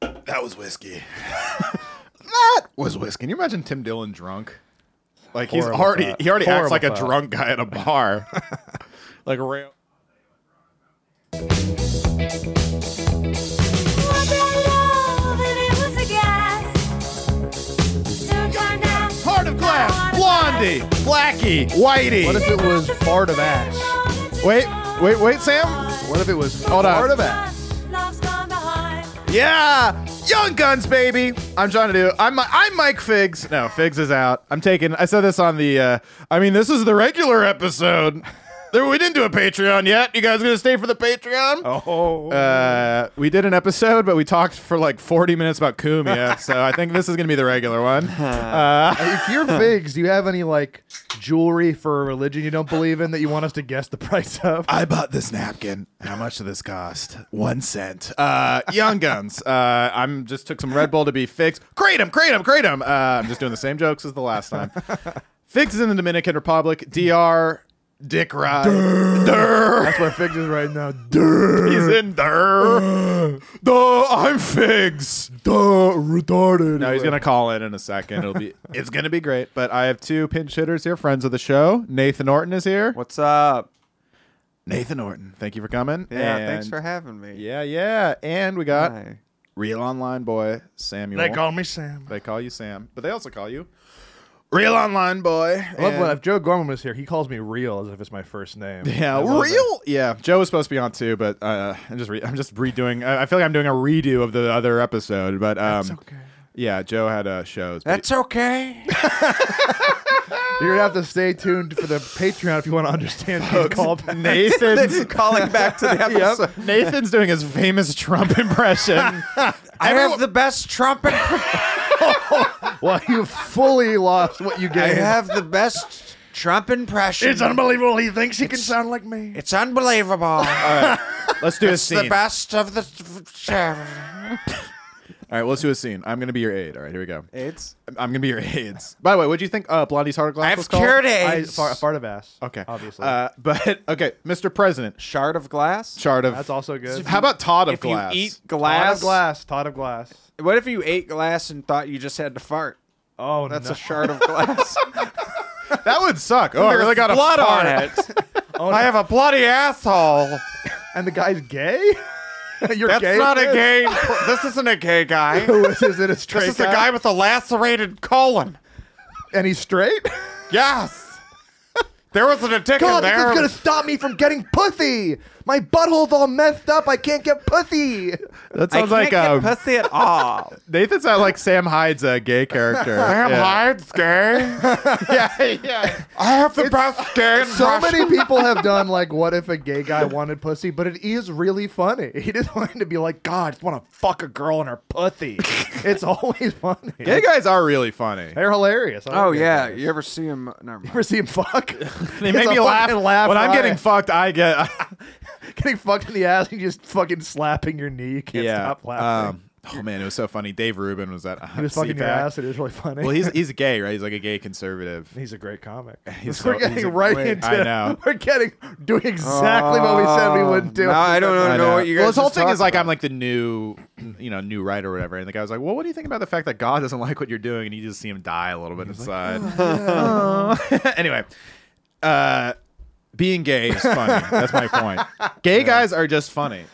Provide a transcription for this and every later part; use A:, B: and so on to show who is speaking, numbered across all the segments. A: That was whiskey. that was whiskey. Can you imagine Tim Dillon drunk? Like he's
B: Horrible
A: already
B: thought.
A: he already acts
B: Horrible
A: like a
B: thought.
A: drunk guy at a bar.
B: Like real.
C: Was it love and it was a gas? Soon turned out
A: Heart of glass, blondie, blackie, whitey.
D: What if it was part of ash?
A: wait, wait, wait, Sam.
D: What if it was
A: Hold on.
D: part of ash?
C: Love's gone behind.
A: Yeah, Young Guns, baby. I'm trying to do. I'm I'm Mike Figs. No, Figs is out. I'm taking. I said this on the. uh I mean, this is the regular episode. There- we didn't do a Patreon yet. You guys gonna stay for the Patreon?
B: Oh.
A: Uh, we did an episode, but we talked for like 40 minutes about Kumia, so I think this is gonna be the regular one.
D: if you're figs, do you have any like jewelry for a religion you don't believe in that you want us to guess the price of?
A: I bought this napkin. How much did this cost? One cent. Uh, Young Guns. Uh, I'm just took some Red Bull to be fixed. Kratom, kratom, kratom. Uh, I'm just doing the same jokes as the last time. Figs is in the Dominican Republic. Dr. Dick Ride. Durr.
D: That's where figs is right now.
A: He's in Durr. Duh, I'm Figs.
D: Duh, retarded.
A: No, he's gonna call in in a second. It'll be it's gonna be great. But I have two pinch hitters here, friends of the show. Nathan Orton is here.
B: What's up?
A: Nathan Orton, thank you for coming.
B: Yeah,
A: And-
B: thanks for having me.
A: Yeah, yeah. And we got
B: Hi.
A: real online boy Samuel.
E: They call me Sam.
A: They call you Sam, but they also call you real online boy.
D: I love
A: And-
D: when if Joe Gorman was here, he calls me real as if it's my first name.
A: yeah,
D: I love that.
A: real. Yeah, Joe was supposed to be on too, but uh, I'm just re- I'm just redoing. I, I feel like I'm doing a redo of the other episode, but um, yeah, Joe had uh, shows. but-
B: That's okay.
D: You're gonna have to stay tuned for the Patreon if you want to understand these callbacks.
A: Nathan's
B: Calling back to the episode.
A: Yep. Nathan's doing his famous Trump impression.
B: I
A: Everyone-
B: have the best trumpet.
D: Well, you fully lost what you
B: I
D: gave.
B: have the best Trump impression.
E: It's unbelievable. He thinks he can sound like me.
B: It's unbelievable.
A: Let's do a
B: it's
A: scene.
B: the best of the.
A: All right, well, let's do a scene. I'm gonna be your aide. All right, here we go.
B: It's.
A: I'm- I'm gonna be your aides. By the way, what do you think? Uh, Blondie's heart of glass.
B: I've
A: was called?
B: cured it.
D: I, far, fart of ass.
A: Okay,
D: obviously.
A: Uh, but okay, Mr. President,
B: Shard of glass.
A: chart of.
D: That's also good.
A: How about Todd of
B: if
A: glass?
B: you eat
D: Todd
B: glass,
D: of glass. Todd of glass.
B: What if you ate glass and thought you just had to fart?
D: Oh,
B: That's
D: no.
B: a shard of glass.
A: that would suck. Oh, I
B: There's
A: really got a
B: blood
A: fart.
B: on it.
D: Oh,
B: I have a bloody asshole.
D: and the guy's gay. You're
B: That's
D: gay.
B: not a gay. This isn't a gay guy.
D: Who is it? It's
B: This is the guy with a lacerated colon.
D: and he's straight.
B: Yes. There was an addiction
D: God, this
B: there.
D: is gonna stop me from getting pussy. My butthole's all messed up. I can't get pussy.
A: That
B: I
A: sounds like
B: can't
A: um,
B: get pussy at all.
A: Nathan sounds like Sam Hyde's uh, gay character.
B: Sam
A: yeah.
B: Hyde's gay.
A: Yeah, yeah.
B: I have the best gay
D: So
B: impression.
D: many people have done like, what if a gay guy wanted pussy? But it is really funny. He just wanted to be like, God, I just want to fuck a girl in her pussy. it's always funny.
A: Gay guys are really funny.
D: They're hilarious. I
B: Oh
D: love gay
B: yeah,
D: guys.
B: you ever see him? Never mind.
D: Ever see him fuck?
A: They make me laugh.
D: laugh
A: when I'm
D: riot.
A: getting fucked, I get.
D: getting fucked in the ass and just fucking slapping your knee. You can't
A: yeah.
D: stop laughing.
A: Um, oh man, it was so funny. Dave Rubin was at. Uh,
D: he was fucking your
A: CPAC.
D: ass. It is really funny.
A: Well, he's he's gay, right? He's like a gay conservative.
D: He's a great comic.
A: He's
D: we're
A: so-
D: getting
A: he's a-
D: right
A: wait,
D: into.
A: I know.
D: We're getting doing exactly what we said we wouldn't do.
B: Um, No, I don't know,
A: I
B: know what you guys.
A: well, this whole
B: just
A: thing is
B: talked
A: like
B: about.
A: I'm like the new, you know, new writer or whatever. And the guy was like, "Well, what do you think about the fact that God doesn't like what you're doing?" And you just see him die a little bit inside. anyway, uh, being gay is funny. That's my point. Gay guys are just funny.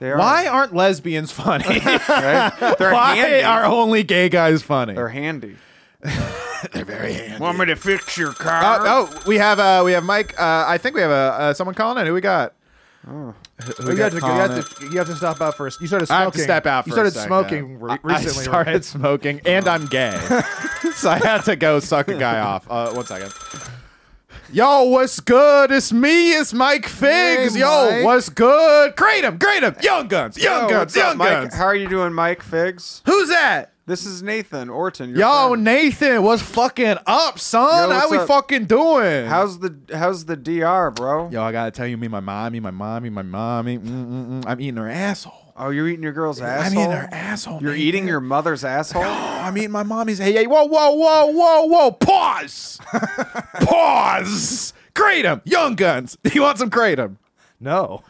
B: They are,
A: Why aren't lesbians funny?
B: right? They're
A: Why
B: handy.
A: are only gay guys funny?
B: They're handy.
A: They're very handy.
E: Want me to fix your car?
A: Oh, oh, we have uh, we have Mike. Uh, I think we have uh, uh, someone calling in. Who we got?
D: You, have to, you,
A: Colin in.
D: have to, you have to stop out first. You started smoking.
A: I have to step out. For
D: you started
A: a second.
D: smoking re-
A: I-
D: recently.
A: I
D: right?
A: started smoking, and I'm gay, so I had to go suck a guy off. Uh, one second. Yo, what's good? It's me. It's Mike Figs.
B: Hey,
A: Yo,
B: Mike.
A: what's good? Kratom, Kratom, Young Guns, Young
B: Yo,
A: Guns,
B: what's up,
A: Young
B: Mike?
A: Guns.
B: How are you doing, Mike Figs?
A: Who's that?
B: This is Nathan Orton. your
A: Yo,
B: friend.
A: Nathan, what's fucking up, son?
B: Yo,
A: How
B: what's
A: we
B: up?
A: fucking doing?
B: how's the how's the DR, bro?
A: Yo, I gotta tell you, me, and my mommy, my mommy, my mommy. Mm-mm-mm. I'm eating her asshole.
B: Oh, you're eating your girl's
A: I'm
B: asshole.
A: eating her asshole.
B: You're
A: Nathan.
B: eating your mother's asshole.
A: Oh, I'm eating my mommy's. Hey, hey, whoa, whoa, whoa, whoa, whoa. Pause. Pause. Kratom. Young Guns. You want some Kratom?
D: No.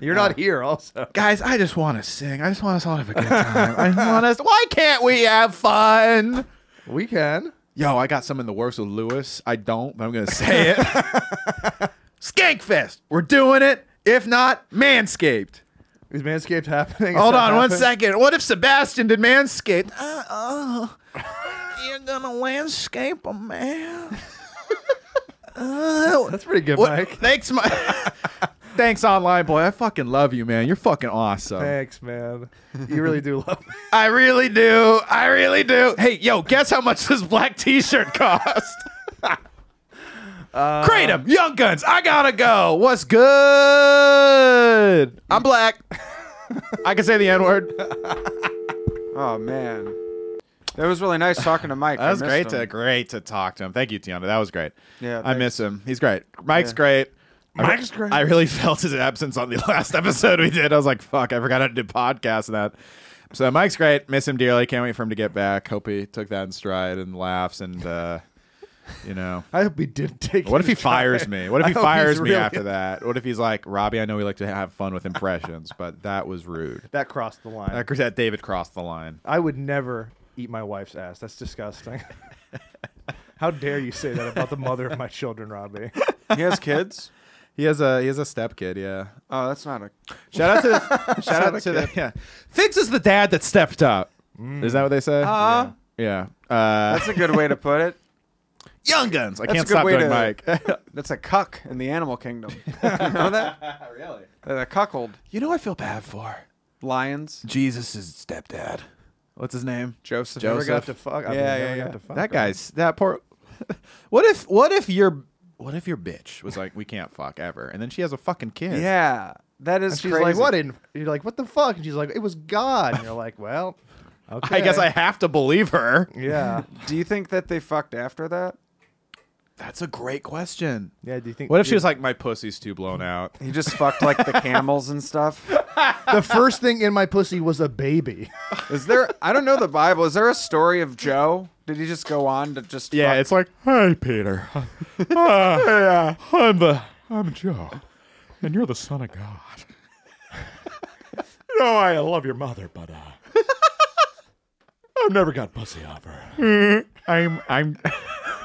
D: You're not here, also.
A: Guys, I just want to sing. I just want us all to have a good time. I want us. Why can't we have fun?
D: We can.
A: Yo, I got some in the works with Lewis. I don't, but I'm gonna say it. Skankfest. We're doing it. If not, Manscaped.
D: Is Manscaped happening? Is
A: Hold
D: that
A: on one
D: happening?
A: second. What if Sebastian did Manscaped? Uh, oh, you're gonna landscape a man. Uh,
D: That's pretty good,
A: what-
D: Mike.
A: Thanks, Mike. thanks, online boy. I fucking love you, man. You're fucking awesome.
D: Thanks, man. You really do love me.
A: I really do. I really do. Hey, yo, guess how much this black T-shirt cost? Kratom, Young Guns. I gotta go. What's good? I'm black. I can say the N word.
B: Oh man, that was really nice talking to Mike.
A: That was
B: I
A: great
B: missed
A: to
B: him.
A: great to talk to him. Thank you, Tiana. That was great.
B: Yeah,
A: I
B: thanks.
A: miss him. He's great. Mike's great. I re-
E: Mike's great.
A: I really felt his absence on the last episode we did. I was like, fuck, I forgot how to do podcasts and that. So Mike's great. Miss him dearly. Can't wait for him to get back. Hope he took that in stride and laughs and uh you know.
D: I hope he didn't take.
A: What if
D: any
A: he fires
D: time.
A: me? What if
D: I
A: he
D: hope
A: fires
D: he's
A: me
D: really-
A: after that? What if he's like, Robbie, I know we like to have fun with impressions, but that was rude.
D: That crossed the line.
A: That, that David crossed the line.
D: I would never eat my wife's ass. That's disgusting. How dare you say that about the mother of my children, Robbie?
B: He has kids.
A: He has a he has a stepkid, yeah.
B: Oh, that's not a.
A: Shout out to the, shout out to the yeah. Figs is the dad that stepped up. Is that what they say?
B: Uh,
A: yeah. Uh,
B: That's a good way to put it.
A: young guns. I
B: That's
A: can't
B: a good
A: stop
B: way
A: doing
B: to.
A: Mike.
B: that's a cuck in the animal kingdom. you know that?
A: really?
B: The cuckold
A: You know, I feel bad for
B: lions.
A: Jesus' stepdad. What's his name?
B: Joseph.
A: Joseph.
D: Never got to fuck. I've never
B: Yeah, yeah,
D: got
B: yeah.
D: to fuck
A: That
D: her.
A: guy's that poor. What if what if your what if your bitch was like we can't fuck ever, and then she has a fucking kid?
B: Yeah, that is
D: And she's
B: crazy.
D: like, "What in?" You're like, "What the fuck?" And she's like, "It was God." And you're like, "Well, okay."
A: I guess I have to believe her.
D: Yeah,
B: Do you think that they fucked after that?
A: That's a great question.
D: yeah. Do you think?
A: What if she was like, my pussy's too blown out?
B: He just fucked like the camels and stuff.
D: the first thing in my pussy was a baby?
B: Is there? I don't know the Bible. Is there a story of Joe? Did he just go on to just?
A: Yeah,
B: fuck-
A: it's like, hey, Peter. Uh, yeah, I'm the I'm Joe, and you're the son of God.
E: You know, I love your mother, but uh, I've never got pussy off her.
A: I'm I'm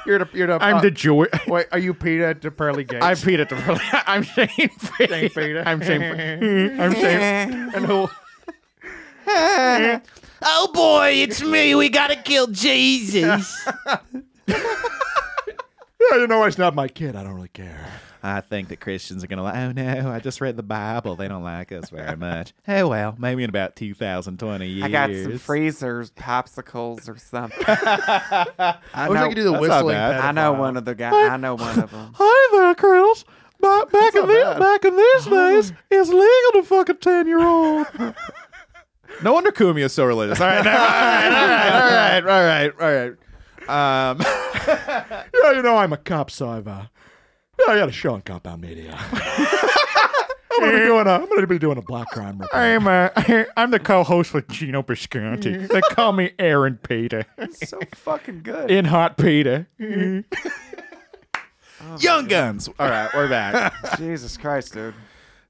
D: You're the, you're the,
A: I'm
D: uh,
A: the Jew.
D: Wait, are you Peter to Pearly Gates?
A: I'm Peter. Devereux. I'm Shane. Shane
D: Peter.
A: I'm Shane. Fre- I'm Shane. and who? oh boy, it's me. We gotta kill Jesus.
E: Yeah, you know, it's not my kid. I don't really care.
A: I think that Christians are gonna like. Oh no, I just read the Bible. They don't like us very much. Oh well, maybe in about 2020 years.
B: I got some freezers, popsicles, or something. I
D: I wish I
B: know.
D: could do the
A: That's not
D: whistling.
A: bad.
B: I know
D: pedophile.
B: one of the guys. I know one of them.
E: Hi there, Chris. Back, back in
D: not
E: the,
D: bad.
E: back in
B: Oh.
E: these days, it's legal to fuck a ten year old.
A: No wonder Kumi is so religious. All right, never mind. all right, all right, all right, all right. Um,
E: Yeah, you know, I'm a cop, so I've uh, yeah, I got a show on compound media. I'm gonna be doing a, I'm gonna be doing a black crime report.
F: I'm uh, I'm the co-host with Gino Bisconti. They call me Aaron Peter
B: so fucking good.
F: in Hot Peter.
A: Young Guns. All right, we're back.
B: Jesus Christ, dude.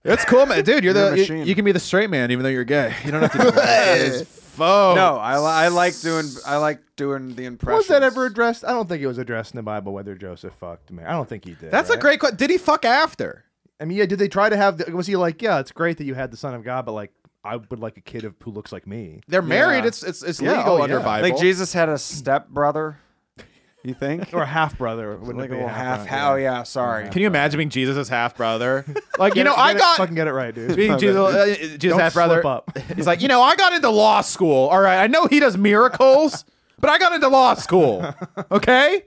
A: That's cool, man, dude. You're
B: You're a
A: the you,
B: machine.
A: you can be the straight man even though you're gay. You don't have to. do that is faux.
B: No, I, li- I like doing I like doing the impression.
D: Was that ever addressed? I don't think it was addressed in the Bible whether Joseph fucked me. I don't think he did.
A: that's
D: right?
A: a great question. Did he fuck after?
D: I mean, yeah. Did they try to have? The, was he like, yeah, it's great that you had the Son of God, but like, I would like a kid of who looks like me.
A: They're married.
B: Yeah.
A: It's it's it's
D: Yeah,
A: legal
D: oh,
A: under
D: yeah.
A: Bible.
B: Like Jesus had a step brother. You think?
D: Or a half brother, wouldn't
B: like
D: it
B: a
D: be
B: little half?
D: half-brother?
B: How? Yeah. Sorry.
A: Can you imagine being Jesus' half brother? Like you
D: Get
A: know,
D: it-
A: I
D: get it-
A: got
D: fucking get it right, dude.
A: Being Jesus, uh, Jesus
D: Don't
A: half brother.
D: slip up.
A: He's like, you know, I got into law school. All right, I know he does miracles, but I got into law school. Okay,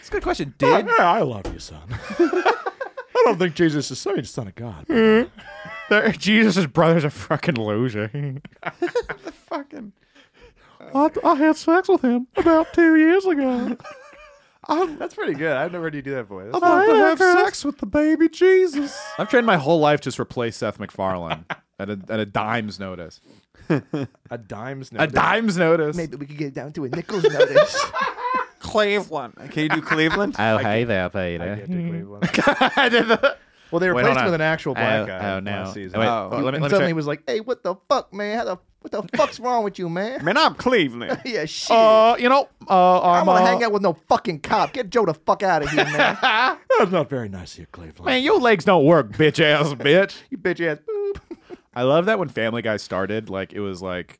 A: it's a good question.
E: Yeah,
A: Did
E: I love you, son. I don't think Jesus is I mean, son of God. but, uh,
F: They're- Jesus' brother's a fucking loser.
B: Fucking.
E: I, I had sex with him about two years ago.
D: That's pretty good. I've never heard you do that voice.
E: I'd like to have sex with the baby Jesus.
A: I've trained my whole life just replace Seth MacFarlane at a at a dime's notice.
D: A dime's
A: A
D: notice.
A: dime's notice.
D: Maybe we could get it down to a nickel's notice.
B: Cleveland. Can you do Cleveland?
A: Oh, hey there,
D: I
A: Peter.
D: can't do Cleveland.
A: I did the,
D: Well, they
A: Wait,
D: replaced
A: hold
D: him
A: on.
D: with an actual black
A: oh,
D: guy
A: Oh no!
D: last season.
A: Wait,
B: Oh.
A: let me- let me
D: and
A: try-
D: suddenly he was like, "Hey, what the fuck, man? How the what the fuck's wrong with you, man?
B: Man, I'm Cleveland.
D: yeah, shit.
E: Oh,
F: Uh, you know, uh, I'm,
D: I don't want
F: uh,
D: to hang out with no fucking cop. Get Joe the fuck out of here, man.
E: That's not very nice of you, Cleveland.
F: man, your legs don't work, bitch ass bitch.
D: you bitch ass. Boop.
A: I love that when Family Guy started, like it was like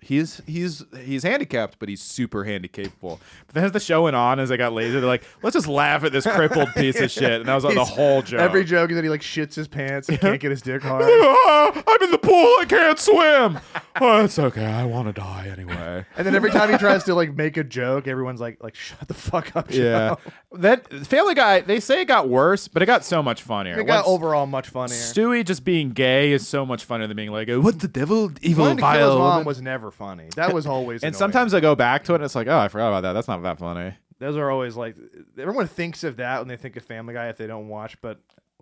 A: he's he's he's handicapped, but he's super handicapable. But then as the show went on, as I got laser, they're like, let's just laugh at this crippled piece of shit, and that was like the
D: He's-
A: whole joke.
D: Every joke is that he like shits his pants and can't get his dick hard.
F: Ah, I'm in the pool. I can't swim. oh, it's okay. I want to die anyway.
D: And then every time he tries to like make a joke, everyone's like, like shut the fuck up. Joe.
A: yeah, that Family Guy. They say it got worse, but it got so much funnier.
D: It got
A: Once-
D: overall much funnier.
A: Stewie just being gay is so much funnier than being like, what the devil, evil,
D: Wanting to kill his
A: vile.
D: mom
A: woman."
D: was never funny. That was always.
A: And
D: annoying.
A: sometimes I go back to it and it's like, oh, I forgot about that. That's not that funny.
D: those are always like everyone thinks of that when they think of Family Guy if they don't watch. But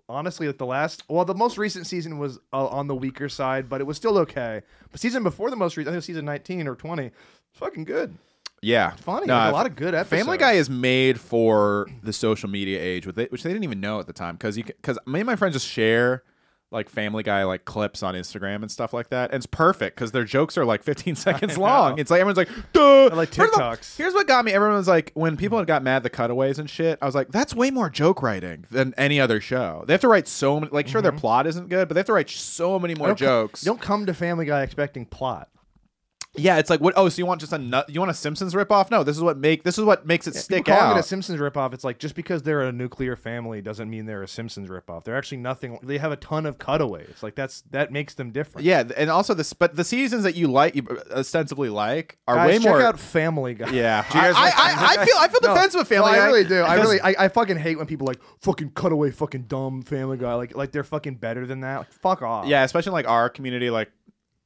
D: honestly, like the last, well, the most recent season was uh, on the weaker side, but it was still okay. But season before the most recent, I think it was season nineteen or twenty, it's fucking good.
A: Yeah,
D: Funny,
A: No,
D: There's
A: I-
D: a lot of good episodes.
A: Family Guy is made for the social media age, with it, which they didn't even know at the time, because you because me and my friends just share like Family Guy like clips on Instagram and stuff like that. And it's perfect because their jokes are like 15 seconds long. It's like everyone's like, duh.
D: like
A: Here's the-
D: TikToks.
A: Here's what got me. Everyone was like, when people got mad at the cutaways and shit, I was like, that's way more joke writing than any other show. They have to write so many. Like, sure, their plot isn't good, but they have to write so many more
D: Don't co-
A: jokes.
D: Mm-hmm. don't come to Family Guy expecting plot.
A: Yeah, it's like what? Oh, so you want just a nut? You want a Simpsons ripoff? No, this is what make this is what makes it stick
D: People calling
A: out.
D: it a Simpsons ripoff. It's like just because they're a nuclear family doesn't mean they're a Simpsons ripoff. They're actually nothing. They have a ton of cutaways. Like that's that makes them different.
A: yeah, and also this, but the seasons that you like, you uh, ostensibly like, are
D: Guys,
A: way
D: check
A: more.
D: out Family Guy.
A: yeah,
D: you guys
A: I,
D: like
A: I- I- I feel I feel
D: No.
A: defensive with Family
D: No,
A: Guy.
D: I really do. I
A: because
D: really, I, I fucking hate when people like fucking cutaway, fucking dumb Family Guy. Like, like they're fucking better than that. Like, fuck off.
A: Yeah, especially in, like our community, like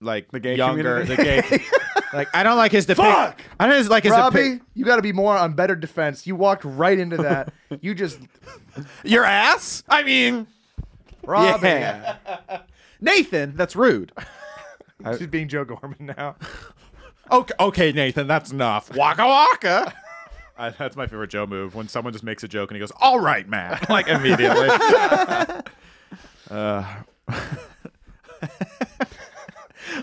A: like the
B: gay
A: younger,
B: community?
A: the gay. like I don't like his depiction.
D: Fuck!
A: I don't like his
D: Robbie,
A: depic-
D: you got to be more on better defense. You walked right into that. you just,
A: Your ass. I mean,
D: Robbie,
A: yeah. Nathan, that's rude.
D: she's being Joe Gorman now.
A: Okay, okay, Nathan, that's enough. Waka waka. Uh, that's my favorite Joe move when someone just makes a joke and he goes, "All right, Matt," like immediately. uh,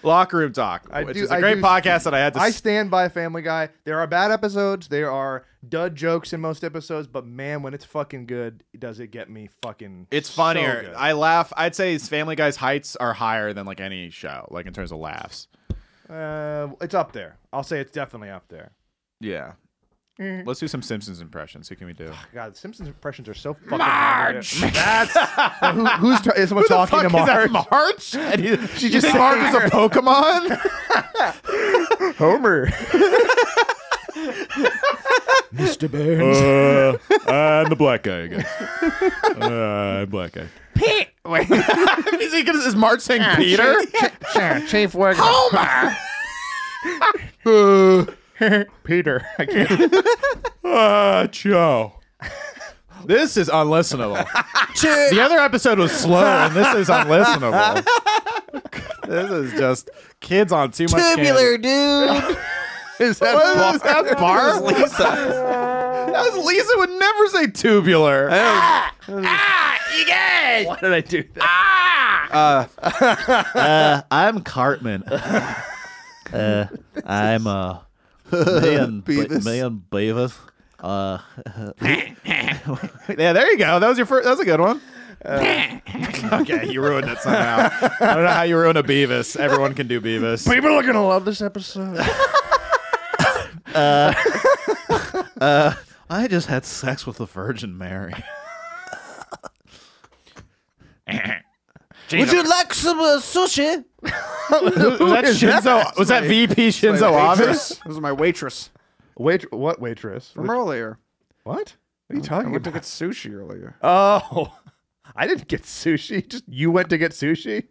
A: locker room talk,
D: I
A: which
D: do-
A: is a
D: I
A: great
D: do-
A: podcast that I had to.
D: I
A: s-
D: stand by Family Guy. There are bad episodes. There are dud jokes in most episodes, but man, when it's fucking good, does it get me fucking?
A: it's
D: so
A: funnier.
D: good.
A: I laugh. I'd say his Family Guy's heights are higher than like any show, like in terms of laughs.
D: uh, it's up there. I'll say it's definitely up there.
A: Yeah.
D: Mm.
A: Let's do some Simpsons impressions. Who can we do?
D: God, the Simpsons impressions are so fucking. Marge. That's who, who's t- is someone
A: Ah, Who the
D: talking
A: fuck
D: to
A: is
D: Marge?
A: that, Marge? And he-
D: She
A: you
D: just
A: think Marge is a Pokemon.
D: Homer.
E: Mr. Burns.
F: Uh, I'm the black guy again. Uh, I'm black guy.
A: is, he gonna, is Marge saying Peter? Oh,
D: Chief Wagner.
F: Peter. I can't. Uh, Joe.
A: This is unlistenable. the other episode was slow, and this is unlistenable. this is just kids on too much. Tubular, dude. is that, Bar- that Bar? Lisa. That was Lisa would never say tubular. Ah!
D: Why did I do that?
A: Uh,
F: I'm Cartman. uh, I'm uh, man, Beavis. man Beavis. Uh,
A: yeah, there you go. That was your first. That was a good one.
D: Uh,
A: okay, you ruined it somehow. I don't know how you ruined a Beavis. Everyone can do Beavis.
D: People are gonna love this episode.
A: Uh, I just had sex with the Virgin Mary.
G: Would you like some uh, sushi?
A: was that Shinzo? Was that VP Shinzo Abe?
B: waitress. This is my waitress
D: Wait, what waitress?
B: from earlier.
D: what? What are you talking
B: We took
D: about?
B: it sushi earlier.
D: Oh, I didn't get sushi. Just you went to get sushi.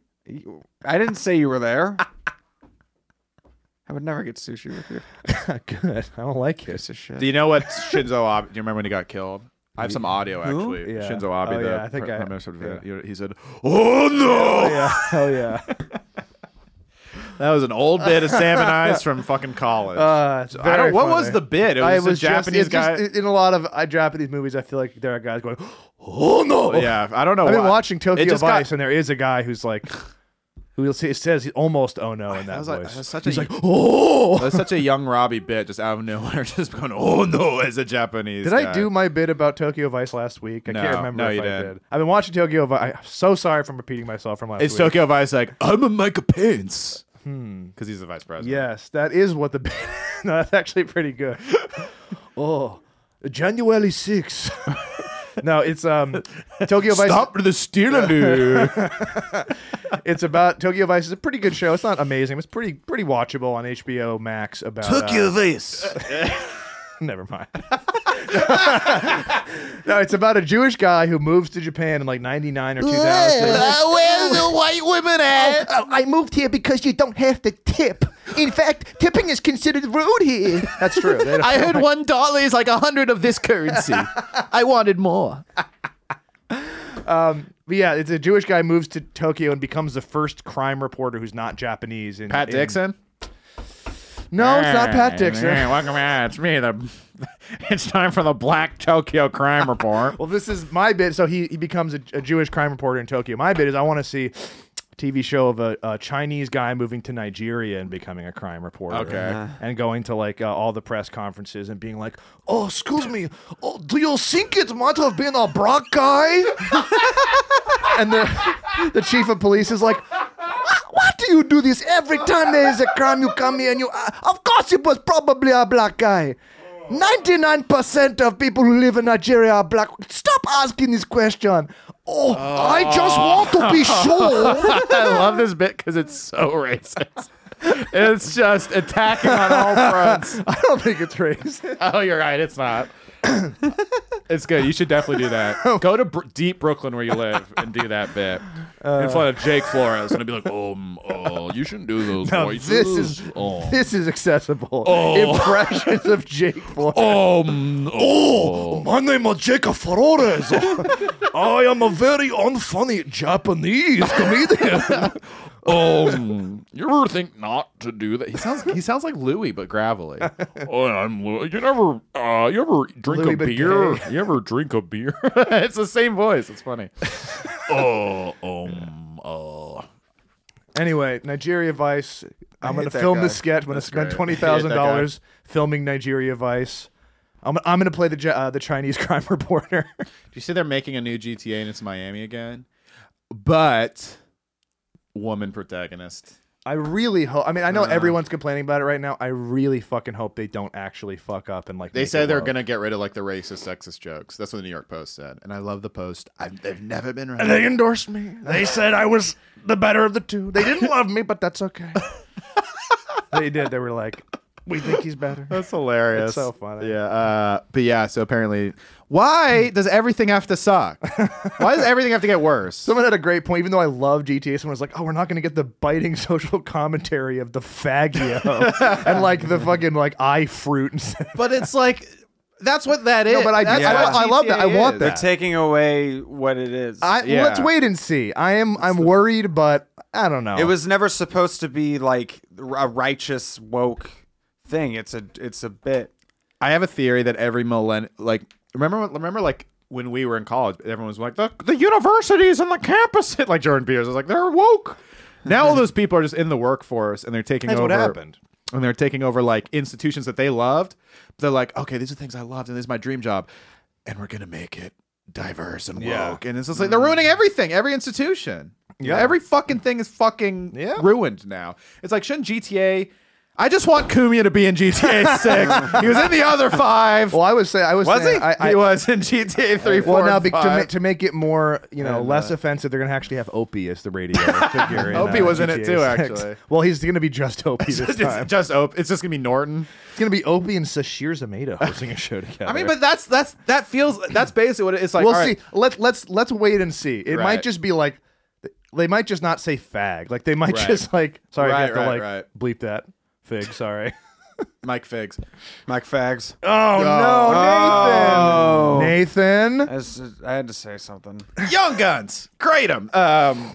B: I didn't say you were there. I would never get sushi with you.
D: Good. I don't like it.
B: Piece of shit.
A: Do you know what Shinzo Abe? Do you remember when he got killed? I have some audio actually.
D: Yeah.
A: Shinzo Abe.
D: Oh,
A: the
D: yeah, I think
A: pr-
D: I-
A: prime minister of Japan, you know, He said, "Oh no!"
D: Yeah. Hell yeah.
A: That was an old bit of Sam and I's from fucking college.
D: Uh, it's
A: I
D: very
A: don't, what was
D: funny.
A: the bit? It was,
D: I
A: a
D: was just-
A: Japanese
D: it's just
A: guy.
D: in a lot of uh, Japanese movies. I feel like there are guys going,
A: oh no. Yeah, I don't know.
D: I've been
A: why.
D: watching Tokyo
A: It
D: Vice,
A: just got-
D: and there is a guy who's like, who you'll see, says he almost oh no in that
A: That was,
D: voice.
A: like, that was such a, oh! That's such a young Robbie bit, just out of nowhere, just going, oh no, as a Japanese.
D: Did I
A: guy.
D: do my bit about Tokyo Vice last week? I
A: No,
D: can't remember
A: no,
D: if
A: you
D: I
A: didn't.
D: I've been watching Tokyo Vice. I'm so sorry for repeating myself from last
A: It's
D: week.
A: Tokyo Vice, like, I'm a Micah Pence. Hmm. Because he's the vice president.
D: Yes, that is what the bit. no, that's actually pretty good. oh, January 6th. no, it's um Tokyo Vice.
A: Stop the stealing, dude.
D: It's about Tokyo Vice. is a pretty good show. It's not amazing. It's pretty pretty watchable on HBO Max. About
G: Tokyo
D: uh,
G: Vice.
D: Never mind. no, it's about a Jewish guy who moves to Japan in like 99 or 2000.
G: where's the white women at?
D: Oh, I moved here because you don't have to tip. In fact, tipping is considered rude here. That's true. They don't-
G: I heard one dollar is like a hundred of this currency. I wanted more.
D: But yeah, it's a Jewish guy moves to Tokyo and becomes the first crime reporter who's not Japanese. In,
A: Pat
D: in-
A: Dixon?
D: No, it's not Pat
A: Hey,
D: Dixon.
A: welcome in. It's me. The, it's time for the Black Tokyo Crime Report.
D: Well, this is my bit. So he, he becomes a, a Jewish crime reporter in Tokyo. My bit is I want to see a TV show of a, a Chinese guy moving to Nigeria and becoming a crime reporter.
A: Okay.
D: And going to like uh, all the press conferences and being like, oh, excuse me, oh, do you think it might have been a Brock guy? and the, the chief of police is like,
E: Why do you do this every time there is a crime? You come here and you. Uh, of course, it was probably a black guy. 99% of people who live in Nigeria are black. Stop asking this question. Oh, I just want to be sure.
A: I love this bit because it's so racist. It's just attacking on all fronts.
D: I don't think it's racist.
A: Oh, you're right. It's not. it's good. You should definitely do that. Go to br- deep Brooklyn where you live and do that bit in front of Jake Flores, and I'd be like, "Oh, mm, oh you shouldn't do those
D: Now,
A: voices."
D: this is-
A: oh,
D: This is accessible.
A: Oh.
D: Impressions of Jake Floyd.
A: oh, mm, oh.
E: My name is Jacob Flores. I am a very unfunny Japanese comedian.
A: oh, mm, you ever think not to do that? He sounds he sounds like Louis but gravelly. oh, I'm Louis. You never uh, you ever drink
D: Louis
A: a
D: but
A: beer? You ever drink a beer? it's the same voice. It's funny. oh, um, oh.
D: Anyway, Nigeria Vice. I'm going to
B: hate that
D: film this
B: guy.
D: sketch. I'm going to spend
A: great.
D: twenty thousand dollars filming Nigeria Vice. I'm, I'm going to play the Ja- uh, the Chinese crime reporter.
A: Do you see they're making a new GTA and it's Miami again? But woman protagonist.
D: I really hope. I mean, I know
A: Uh-huh.
D: everyone's complaining about it right now. I really fucking hope they don't actually fuck up and like.
A: They
D: make
A: say
D: it
A: they're
D: low.
A: gonna get rid of like the racist, sexist jokes. That's what the New York Post said, and I love the Post. I've, they've never been right.
E: They endorsed me. They said I was the better of the two. They didn't love me, but that's okay.
D: They did. They were like, we think he's better.
A: That's hilarious.
D: It's so funny.
A: Yeah. Uh, but yeah. So apparently, why does everything have to suck? why does everything have to get worse?
D: Someone had a great point. Even though I love GTA, someone was like, "Oh, we're not going to get the biting social commentary of the faggio and like the fucking like eye fruit." And
A: But it's like, that's what that is.
D: but I-
A: That's
D: I-
A: what
D: I love that. I
A: GTA
D: want
A: is.
D: that.
B: They're taking away what it is.
D: I
A: Yeah.
D: let's wait and see. I am I'm worried, but I don't know.
B: it was never supposed to be like a righteous woke thing. It's a it's a bit.
A: I have a theory that every millennial, like, remember, remember, like when we were in college, everyone was like, the, the universities and the campus, like Jordan Peterson was like, they're woke. Now all those people are just in the workforce and they're taking
D: That's
A: over.
D: what happened.
A: And they're taking over like institutions that they loved. They're like, okay, these are things I loved and this is my dream job, and we're gonna make it diverse and woke.
D: Yeah.
A: And it's just like they're ruining everything, every institution. Mm. Yeah, every fucking thing is fucking
D: Yeah.
A: ruined now. It's like shouldn't GTA? I just want Kumia to be in GTA Six. he was in the other five.
D: well, I was saying I was,
A: was he?
D: saying, I, I,
A: he was in GTA Three, Four,
D: well, now
A: and
D: be, to,
A: five.
D: ma- to make it more you know less offensive, they're gonna actually have Opie as the radio figure. in,
A: Opie
D: uh,
A: was in it
D: GTA
A: too,
D: 6.
A: actually.
D: Well, he's gonna be just Opie this
A: It's
D: time.
A: just op- It's just gonna be Norton.
D: It's gonna be Opie and Sashir Zameda hosting a show together.
A: I mean, but that's that's that feels that's basically what it is like.
D: we'll
A: all
D: see.
A: right,
D: Let let's let's wait and see. It might
A: Right.
D: just be like they might just not say fag. Like they might
A: Right.
D: just like sorry, I
A: Right,
D: have to
A: right,
D: like
A: right.
D: bleep that fig. Sorry.
A: Mike Figs.
B: Mike Fags.
D: Oh, no,
A: Oh.
D: Nathan! Nathan.
B: I, was- I had to say something.
A: Young Guns, grade 'em. Um,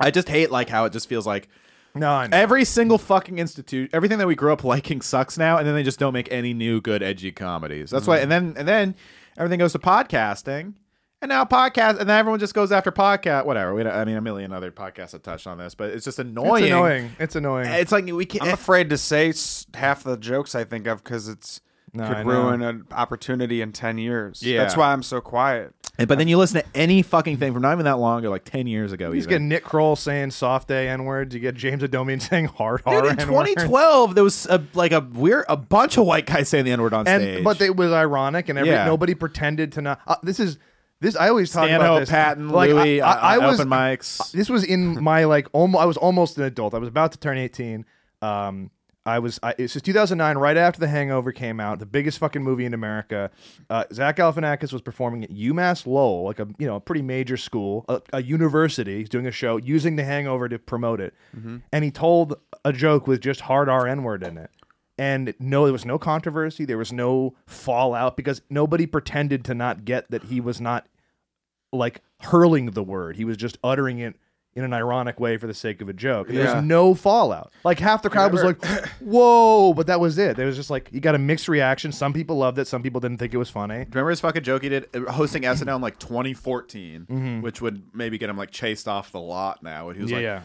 A: I just hate like how it just feels like
D: No, I know.
A: Every single fucking institute, everything that we grew up liking sucks now, and then they just don't make any new good edgy comedies. That's why, and then and then everything goes to podcasting, and now podcast, and then everyone just goes after podcast. Whatever. We, don't- I mean, a million other podcasts have touched on this, but it's just annoying.
D: It's annoying. It's annoying.
A: It's like we can't.
B: I'm afraid to say s- half the jokes I think of because it's
D: No, I
B: could
D: know.
B: ruin an opportunity in ten years.
A: Yeah.
B: that's why I'm so quiet.
A: but then you listen to any fucking thing from not even that long ago, like ten years ago.
D: You just get
A: even.
D: Nick Kroll saying soft A N words. You get James Adomian saying hard
A: Dude,
D: R
A: in
D: N words.
A: 2012, there was a, like a weird, a bunch of white guys saying the N word on
D: and
A: stage.
D: but it was ironic, and every,
A: Yeah.
D: nobody pretended to not. Uh, this is this. I always talk about
A: Dano,
D: this.
A: Patton, Louis, I,
D: was
A: open mics.
D: this was in my like almost I was almost an adult. I was about to turn 18. Um I was I, this is 2009 right after The Hangover came out, the biggest fucking movie in America. Uh, Zach Galifianakis was performing at UMass Lowell, like a you know, a pretty major school, a, a university, He's doing a show using The Hangover to promote it. And he told a joke with just hard R N word in it. And no, there was no controversy. There was no fallout because nobody pretended to not get that he was not like hurling the word. He was just uttering it in an ironic way for the sake of a joke. There
B: Yeah.
D: was no fallout. Like half the crowd was like, "Whoa!" But that was it. It was just like you got a mixed reaction. Some people loved it. Some people didn't think it was funny.
A: Remember his fucking joke he did uh, hosting SNL in like 2014, which would maybe get him like chased off the lot now. When he was like, uh,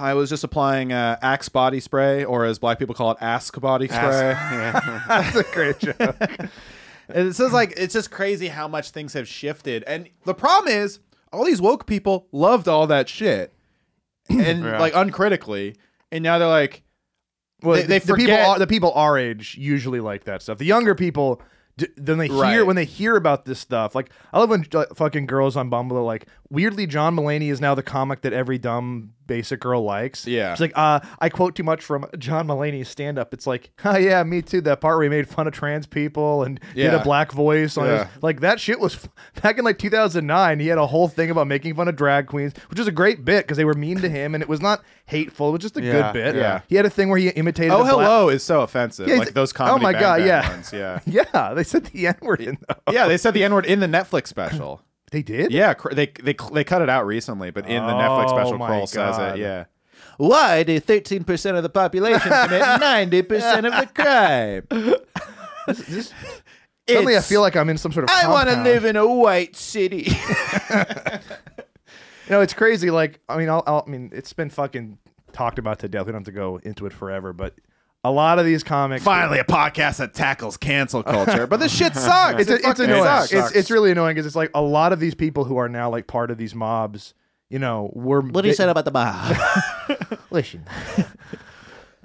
A: I was just applying uh, Axe body spray, or as black people call it, Ask body spray.
D: that's a great joke.
A: And it's just like it's just crazy how much things have shifted. And the problem is, all these woke people loved all that shit, and like uncritically, and now they're like,
D: Well,
A: They- they
D: the, the people
A: forget-
D: our, the people our age usually like that stuff. The younger people, d- then they hear
A: Right.
D: when they hear about this stuff. Like I love when like, fucking girls on Bumble are like, weirdly, John Mulaney is now the comic that every dumb basic girl likes.
A: Yeah.
D: she's like, uh, I quote too much from John Mulaney's stand up. It's like, oh yeah, me too. That part where he made fun of trans people and did
A: Yeah.
D: a black voice on
A: Yeah.
D: his, like that shit was back in like 2009. He had a whole thing about making fun of drag queens, which is a great bit because they were mean to him and it was not hateful. It was just a
B: Yeah,
D: good bit.
A: yeah.
D: He had a thing where he imitated.
A: "Oh
D: a black-
A: hello" is so offensive.
D: Yeah, he's
A: like those comedy.
D: Oh my
A: Bang
D: god,
A: Bang
D: yeah.
A: ones, yeah.
D: yeah, they said the N word in though.
A: Yeah, they said the N word in the Netflix special.
D: They did?
A: Yeah, cr- they they cl- they cut it out recently, but in the
D: Oh
A: Netflix special,
D: my
A: Kroll says it.
D: God.
A: Yeah,
G: Why do 13% of the population commit 90% of the crime?
D: Suddenly I
G: It's-
D: feel like I'm in some sort of
G: I want to
D: compound.
G: live in a white city.
D: You know, it's crazy. Like, I mean, I'll, I'll, I mean, it's been fucking talked about to death. We don't have to go into it forever, but a lot of these comics
A: finally a podcast that tackles cancel culture. But this shit sucks.
D: it's,
A: It
D: it's
A: fucking
D: annoying.
A: sucks.
D: It's, it's really annoying because it's like a lot of these people who are now like part of these mobs. You know, were
G: what do you say about the mob?
D: Listen. Uh,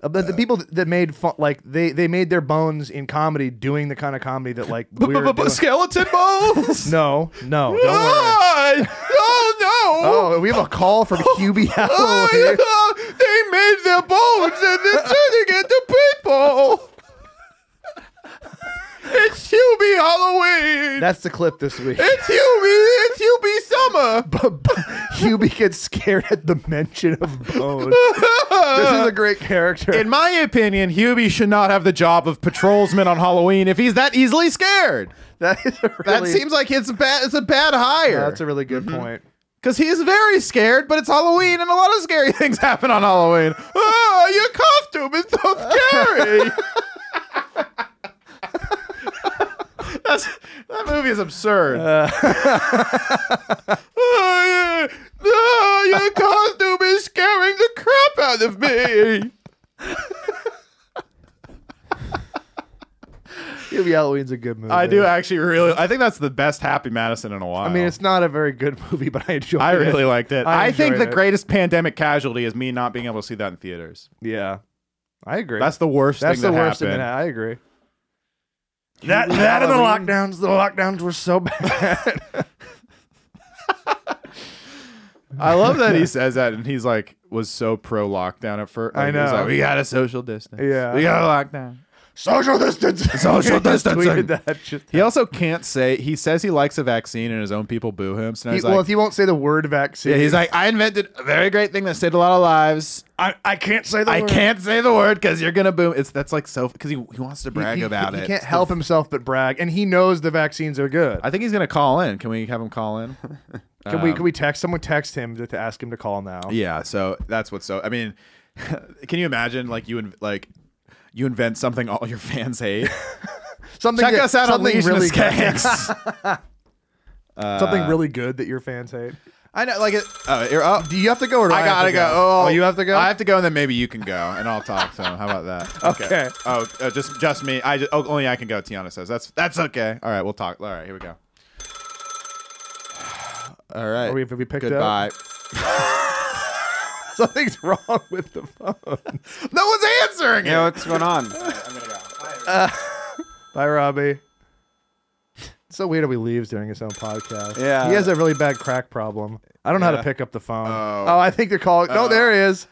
D: But the people that made fun, like they they made their bones in comedy, doing the kind of comedy that like we're doing.
A: skeleton bones.
D: No, no, don't worry.
A: God! Oh
D: Oh, we have a call from QB Howell here.
A: they made Oh, their bones and they're turning into people. It's Hubie Halloween.
D: That's the clip this week.
A: It's Hubie. It's Hubie summer.
D: QB gets scared at the mention of bones. this is a great character.
A: In my opinion, Hubie should not have the job of patrolsman on Halloween if he's that easily scared.
D: that is a really,
A: That seems Mm-hmm. like it's a bad it's a bad
D: Yeah,
A: hire.
D: that's a really good point.
A: Because he's very scared, but it's Halloween and a lot of scary things happen on Halloween. Oh, your costume is so scary. That's, that movie is absurd.
D: Uh.
A: oh, yeah. Oh, your costume is scaring the crap out of me.
D: QB Halloween's a good movie.
A: I do actually really. I think that's the best Happy Madison in a while.
D: I mean, it's not a very good movie, but I enjoy
A: I
D: it.
A: really liked it.
D: I
A: I, think
D: enjoyed
A: the
D: it.
A: greatest pandemic casualty is me not being able to see that in theaters.
D: Yeah, I agree.
A: That's the worst.
D: That's
A: thing
D: the
A: that
D: worst thing
A: happened.
D: that I agree. That that and the lockdowns, the lockdowns were so bad.
A: I love that he says that, and he's like was so pro lockdown at first.
D: I
A: Like, he was
D: know.
A: like, we got to social distance.
D: Yeah.
A: we got to lockdown.
D: Social distancing.
A: Social
D: Tweeted
A: distancing.
D: that just
A: He also can't say. He says he likes a vaccine, and his own people boo him. So now
D: He-
A: he's
D: well,
A: like,
D: if he won't say the word vaccine,
A: yeah, he's like, I invented a very great thing that saved a lot of lives.
D: I, I can't say the
A: I
D: word.
A: can't say the word because you're gonna boo. It's that's like so because he, he wants to
D: He-
A: brag
D: he-
A: about
D: he,
A: it.
D: can't help himself but brag, and he knows the vaccines are good.
A: I think he's gonna call in. Can we have him call in?
D: Can we can we text someone? Text him to, to ask him to call now.
A: Yeah, so that's what's so. I mean, can you imagine like you inv- like you invent something all your fans hate?
D: Something
A: Check
D: that-
A: us out on
D: something
A: Legion
D: really
A: really
D: good,
A: Escapes. Uh,
D: something really good that your fans hate.
A: I know, like, it, oh, you're, oh,
D: Do you have to go or do I,
A: I,
D: have
A: gotta
D: to
A: go. Oh,
D: Oh, you have to go.
A: I have to go, and then maybe you can go, and I'll talk. So how about that?
D: Okay.
A: Oh, uh, just just me. I just, oh, only I can go. Tiana says that's that's okay. All right, we'll talk. All right, here we go. All right.
D: Are we- have we picked up?
A: Goodbye.
D: Something's wrong with the phone.
A: No one's answering
B: Yeah,
A: it.
B: what's going on?
D: Bye, Robbie. It's so weird how he leaves during his own podcast.
B: Yeah.
D: He has a really bad crack problem. I don't know how to
A: Yeah.
D: pick up the phone.
A: Oh.
D: I think they're calling. No, there he is.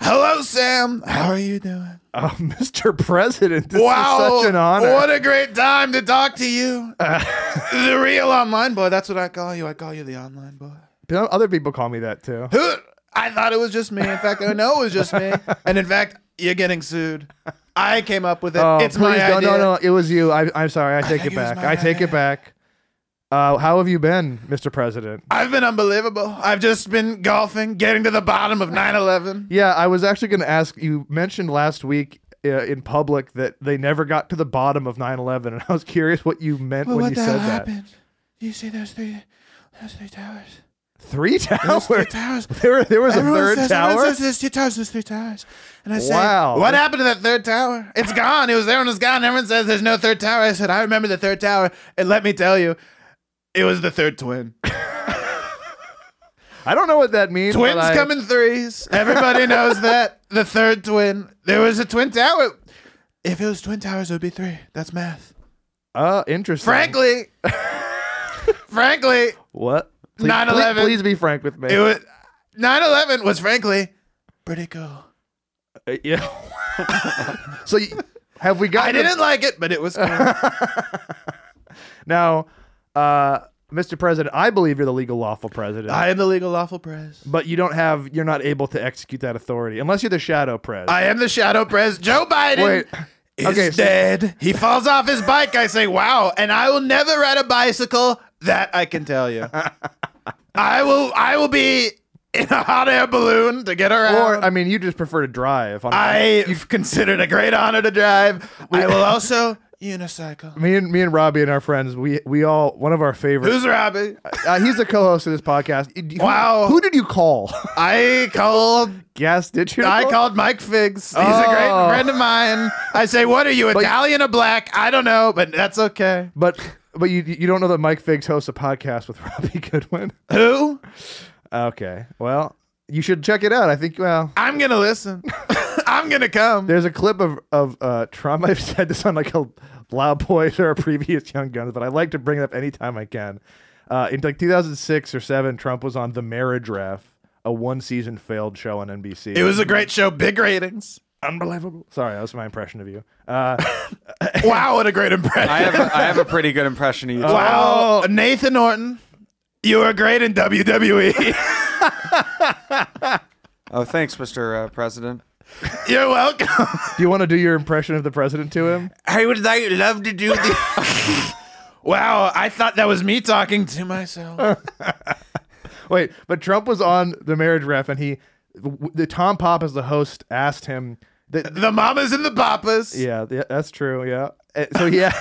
A: Hello, Sam. How are you doing?
D: Oh, Mr. President. This
A: wow,
D: is such an honor.
A: What a great time to talk to you. the real online boy. That's what I call you. I call you the online boy.
D: But Other people call me that too.
A: Who? I thought it was just me. In fact, I know it was just me. And in fact, you're getting sued. I came up with it.
D: Oh,
A: it's my
D: please don't-
A: idea.
D: No, no, no. It was you. I, I'm sorry. I take
A: think
D: it
A: it was
D: back.
A: my
D: I take
A: idea.
D: it back. Uh, how have you been, Mr. President?
A: I've been unbelievable. I've just been golfing, getting to the bottom of 9/11.
D: Yeah, I was actually going to ask. You mentioned last week uh, in public that they never got to the bottom of 9/11, and I was curious what you meant when you said that.
A: You see those three, those three towers.
D: Three towers.
A: towers.
D: There, there was a
A: Everyone
D: third
A: says- everyone
D: tower.
A: says there's two towers. There's three towers. And I said,
D: Wow.
A: What happened to that third tower? It's gone. It was there and it's gone. Everyone says there's no third tower. I said, I remember the third tower. And let me tell you, it was the third twin.
D: I don't know what that means.
A: Twins
D: but I-
A: come in threes. Everybody knows that. The third twin. There was a twin tower. If it was twin towers, it would be three. That's math.
D: Uh, interesting.
A: Frankly, frankly,
D: what? Please-
A: 9/11.
D: Please, please be frank with me.
A: it was 9/11 was frankly pretty cool.
D: Uh, yeah. so, you, have we got?
A: I didn't like it, but it was cool.
D: Now, uh, Mr. President, I believe you're the legal lawful president.
A: I am the legal lawful prez.
D: but you don't have. You're not able to execute that authority unless you're the shadow pres.
A: I am the shadow prez. Joe Biden
D: Wait.
A: is
D: Okay, so-
A: dead. He falls off his bike. I say, wow. And I will never ride a bicycle. That I can tell you. I will. I will be in a hot air balloon to get
D: or
A: around.
D: I mean, you just prefer to drive. On
A: I have considered a great honor to drive. I will also unicycle.
D: me and me and Robbie and our friends, we we all one of our favorites.
A: Who's Robbie?
D: Uh, he's the co-host of this podcast. Who-
A: Wow.
D: who did you call?
A: I called.
D: Yes, did you?
A: I
D: call?
A: called Mike Figs. He's a great
D: Oh.
A: friend of mine. I say, "What are you, Italian or black?" I don't know, but that's okay.
D: But but you you don't know that Mike Figs hosts a podcast with Robbie Goodwin.
A: Who?
D: Okay. Well, you should check it out. I think well,
A: I'm gonna listen. I'm gonna come.
D: there's a clip of of uh Trump. I've said this on like a Loud Boys or a previous Young Guns, but I like to bring it up anytime I can. Uh, in like 2006 or seven, Trump was on The Marriage Ref, a one season failed show on NBC.
A: It was a great show. Big ratings.
D: unbelievable. Sorry, that was my impression of you. Uh,
A: Wow, what a great impression.
B: I have a, I have a pretty good impression of you. Wow.
A: wow, Nathan Norton, you were great in E. WWE.
B: Oh, thanks, Mr. Uh, President.
A: You're welcome.
D: do you want to do your impression of the president to him?
A: I would like, love to do the. wow, I thought that was me talking to myself.
D: Wait, but Trump was on the marriage ref, and he, w- the Tom Pop as the host asked him. That,
A: the mamas and the papas.
D: yeah, th- that's true. Yeah, Uh, so yeah,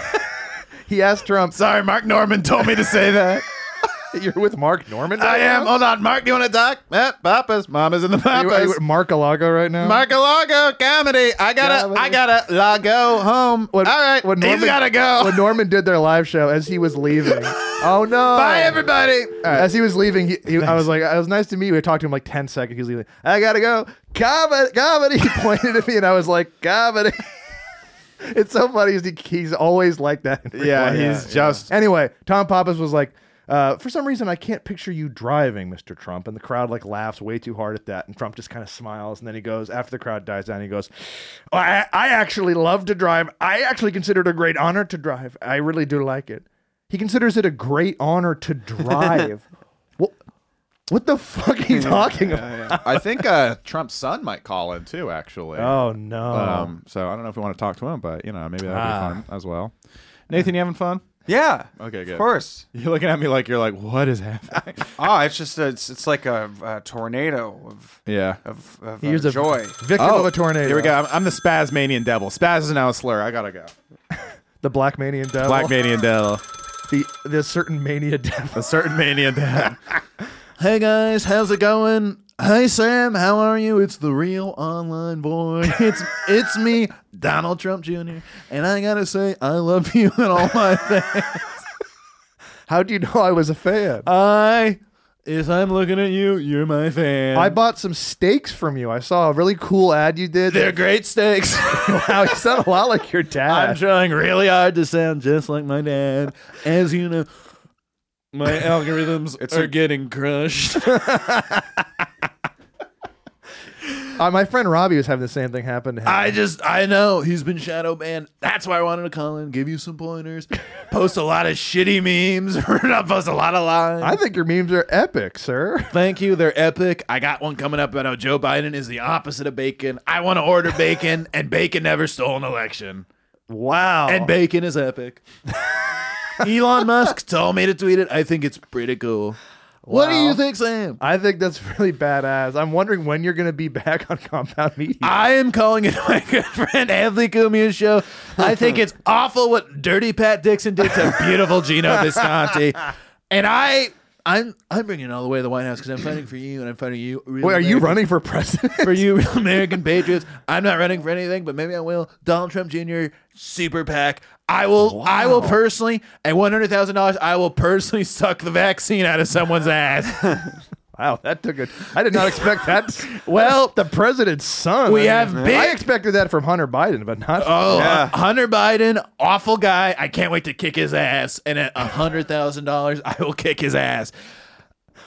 D: he asked Trump.
A: Sorry, Mark Norman told me to say that.
D: You're with Mark Norman.
A: I
D: right
A: am.
D: now?
A: Hold on, Mark. Do you want to talk? Eh, papas, mamas, and the
D: Are you- are you
A: papas.
D: with Mark Alago right now.
A: Mark Alago comedy. I gotta, I gotta lago home.
D: When-
A: All right,
D: when
A: he's
D: Norman-
A: gotta go.
D: When Norman did their live show, as he was leaving, oh no!
A: Bye, everybody.
D: As he was leaving, he, he, I was like, "It was nice to meet you." I talked to him like ten seconds. He was leaving. I gotta go. Comedy, comedy. He pointed at me, and I was like, "Comedy." it's so funny. He's, he's always like that. in real
A: Yeah,
D: life.
A: he's just.
D: Anyway, Tom Pappas was like, uh, "For some reason, I can't picture you driving, Mr. Trump." And the crowd like laughs way too hard at that, and Trump just kind of smiles, and then he goes after the crowd dies down. He goes, oh, "I I actually love to drive. I actually consider it a great honor to drive. I really do like it." He considers it a great honor to drive. what, what the fuck are you talking about?
A: I think uh, Trump's son might call in too, actually.
D: Oh no.
A: Um, so I don't know if we want to talk to him, but you know, maybe that'd be
D: Ah.
A: fun as well. Nathan, you having fun?
B: Yeah.
A: Okay, good.
B: Of course.
A: You're looking at me like you're like, what is happening?
B: Oh, it's just a, it's, it's like a, a tornado of
A: yeah. Oh.
B: of, of uh,
D: Here's a-
B: joy.
D: Victim of a tornado.
A: Here we go. I'm, I'm the Spasmanian devil. Spaz is now a slur. I gotta go.
D: The Black Mania Devil.
A: Black Manian devil.
D: The, the certain Mania Devil.
A: A certain Manian devil.
G: Hey guys, how's it going? Hey Sam, how are you? It's the real online boy. It's it's me, Donald Trump Jr. And I gotta say, I love you and all my things.
D: How do you know I was a fan?
G: I, if I'm looking at you, you're my fan.
D: I bought some steaks from you. I saw a really cool ad you did.
G: They're great steaks.
D: wow, you sound a lot like your
G: I'm
D: dad.
G: trying really hard to sound just like my dad. As you know, my algorithms are getting crushed.
D: Uh, my friend Robbie was having the same thing happen to him.
G: I just, I know he's been shadow banned. That's why I wanted to call in, give you some pointers, post a lot of shitty memes, post a lot of lies.
D: I think your memes are epic, sir.
G: Thank you. They're epic. I got one coming up about Joe Biden is the opposite of bacon. I want to order bacon, and bacon never stole an election.
D: Wow.
G: And bacon is epic. Elon Musk told me to tweet it. I think it's pretty cool. What do you think, Sam?
D: I think that's really badass. I'm wondering when you're going to be back on Compound Media.
G: I am calling it my good friend Anthony Cumia's show. I think it's awful what Dirty Pat Dixon did to beautiful Gino Visconti, and I, I'm, I'm bringing it all the way to the White House because I'm fighting for you and I'm fighting you. Real
D: Wait, are you
G: American-
D: running for president?
G: for you real American patriots. I'm not running for anything, but maybe I will. Donald Trump Jr. Super PAC. I will. I will personally at one hundred thousand dollars. I will personally suck the vaccine out of someone's ass.
D: Wow, that took a. I did not expect that.
G: Well,
D: the president's son.
G: we
D: I
G: have big-
D: I expected that from Hunter Biden, but not.
G: Oh,
B: Yeah.
G: Hunter Biden, awful guy. I can't wait to kick his ass. And at hundred thousand dollars, I will kick his ass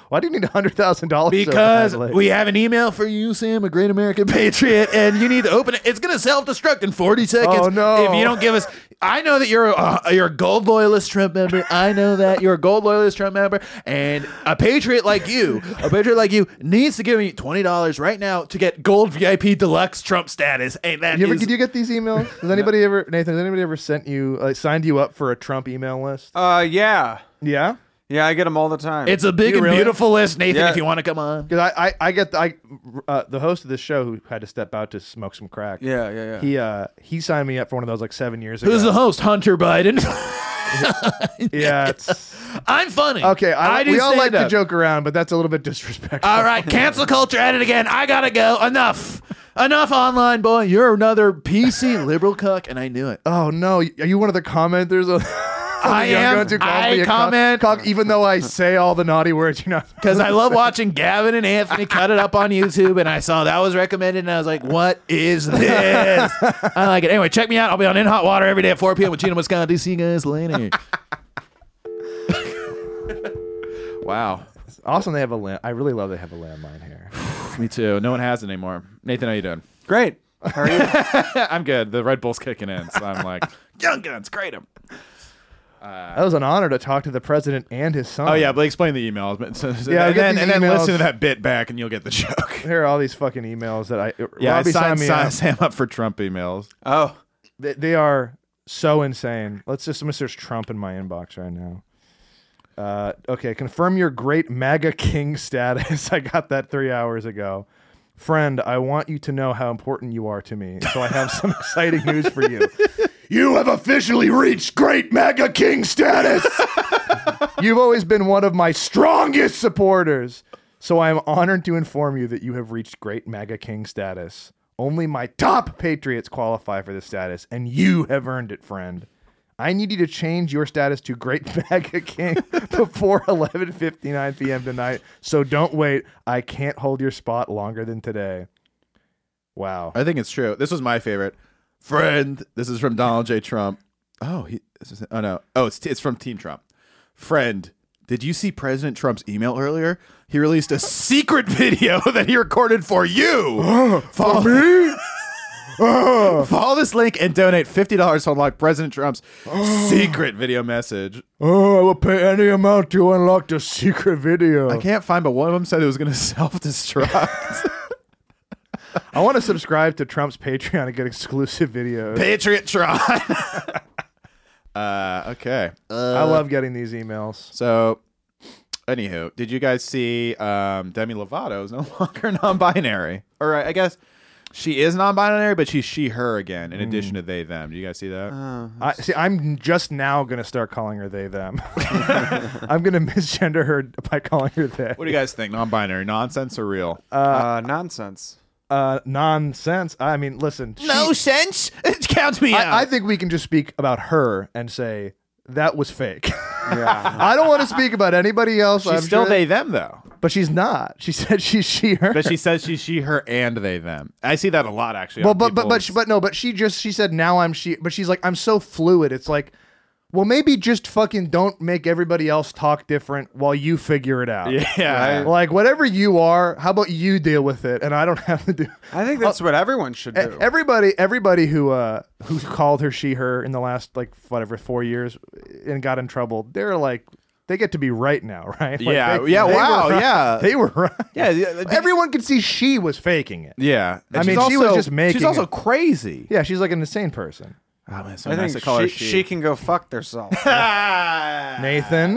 D: Why do you need hundred thousand dollars?
G: because we have an email for you, Sam, a great American patriot, and you need to open it. It's gonna self-destruct in forty seconds.
D: Oh, no.
G: If you don't give us, I know that you're a, uh, you're a gold loyalist Trump member. I know that you're a gold loyalist Trump member, and a patriot like you, a patriot like you, needs to give me twenty dollars right now to get gold VIP deluxe Trump status. And that
D: You ever,
G: is-
D: did you get these emails? Has anybody ever, Nathan? Has anybody ever sent you, like, signed you up for a Trump email list?
B: Uh, yeah,
D: yeah,
B: yeah. I get them all the time.
G: It's a big
D: You
G: and
D: really?
G: beautiful list, Nathan.
B: Yeah.
G: If you want to come on,
D: because I, I, I get the, I, uh, the host of this show who had to step out to smoke some crack.
B: yeah, yeah, yeah.
D: he, uh, he signed me up for one of those like seven years ago.
G: who's the host? Hunter Biden.
D: yeah, it's,
G: I'm funny.
D: okay. I,
G: do
D: we all like to
G: stand-up.
D: joke around, but that's a little bit disrespectful.
G: All right, cancel culture at it again. I gotta go. Enough. Enough online boy. You're another PC liberal cuck, and I knew it.
D: Oh no! y- Are you one of the commenters? Of-
G: I am. I comment.
D: cock, even though I say all the naughty words. You know,
G: Because I love watching Gavin and Anthony cut it up on YouTube, and I saw that was recommended, and I was like, what is this? I like it. Anyway, check me out. I'll be on In Hot Water every day at 4 p.m. with Gina Wisconsin. See you guys later.
A: wow.
D: awesome. They have a land. I really love they have a landmine here.
A: Me too. No one has it anymore. Nathan, how you doing?
B: Great. How are you?
A: I'm good. The Red Bull's kicking in, so I'm like, young guns, great 'em.
D: That was an honor to talk to the president and his son.
A: Oh yeah, but explain the emails. But so, so-
D: Yeah,
A: and
D: get
A: then,
D: these
A: and then
D: emails.
A: listen to that bit back, and you'll get the joke.
D: Here are all these fucking emails that I. uh,
A: Yeah,
D: Robbie
A: I signed,
D: me
A: signed
D: up.
A: Sam up for Trump emails.
B: Oh,
D: They, they are so insane. Let's just. I'm gonna search Trump in my inbox right now. Uh, okay, confirm your great MAGA king status. I got that three hours ago. Friend, I want you to know how important you are to me. So I have some exciting news for you.
A: You have officially reached great mega king status.
D: You've always been one of my strongest supporters. So I am honored to inform you that you have reached great MAGA King status. Only my top patriots qualify for this status, and you have earned it, friend. I need you to change your status to Great MAGA King before 11:59 p.m. tonight. So don't wait. I can't hold your spot longer than today. Wow.
A: I think it's true. This was my favorite. Friend, this is from Donald J. Trump. Oh, he. This is, oh no. Oh, it's it's from Team Trump. Friend, did you see President Trump's email earlier? He released a secret video that he recorded for you. Follow me. Follow this link and donate fifty dollars to unlock President Trump's secret video message.
D: Oh, I will pay any amount to unlock the secret video.
A: I can't find, but one of them said it was going to self destruct.
D: I want to subscribe to Trump's Patreon and get exclusive videos.
A: Patriot Tron. Uh, okay.
D: I
A: Uh,
D: love getting these emails.
A: So, anywho, did you guys see um, Demi Lovato is no longer non-binary? Or I I guess she is non-binary, but she's she/her again.
D: Hmm.
A: In addition to they them, do you guys see that?
D: I, see, I'm just now gonna start calling her they them. I'm gonna misgender her by calling her they.
A: what do you guys think? Non-binary, nonsense, or real?
B: Uh, nonsense.
D: Uh, nonsense. I mean, listen. she-
G: sense. It counts me
D: I, I think we can just speak about her and say that was fake.
B: Yeah.
D: I don't want to speak about anybody else.
A: she's
D: I'm
A: still
D: sure-
A: they them though,
D: but she's not. She said she's she her.
A: but she says she's she/her and they them. I see that a lot actually.
D: well,
A: on
D: but but but
A: people's-
D: she, but no, but she just she said now I'm she, but she's like I'm so fluid. It's like, well, maybe just fucking don't make everybody else talk different while you figure it out.
A: yeah.
D: Like whatever you are, how about you deal with it, and I don't have to do.
B: I think that's what everyone should
D: E-
B: do.
D: Everybody, everybody who uh who called her she her in the last like whatever four years and got in trouble, they're like they get to be right now, right? Like,
A: Yeah,
D: they-
A: yeah,
D: they were
A: wow,
D: right.
A: yeah.
D: they were right.
A: Yeah, yeah,
D: everyone could see she was faking it.
A: Yeah, And
D: I
A: she's
D: mean, she was
A: also-
D: just making
A: She's also
D: it.
A: crazy.
D: Yeah, she's like an insane person.
A: Oh, man, it's so
B: I
A: nice
B: think
A: to call her
B: she, she can go fuck herself.
D: Nathan,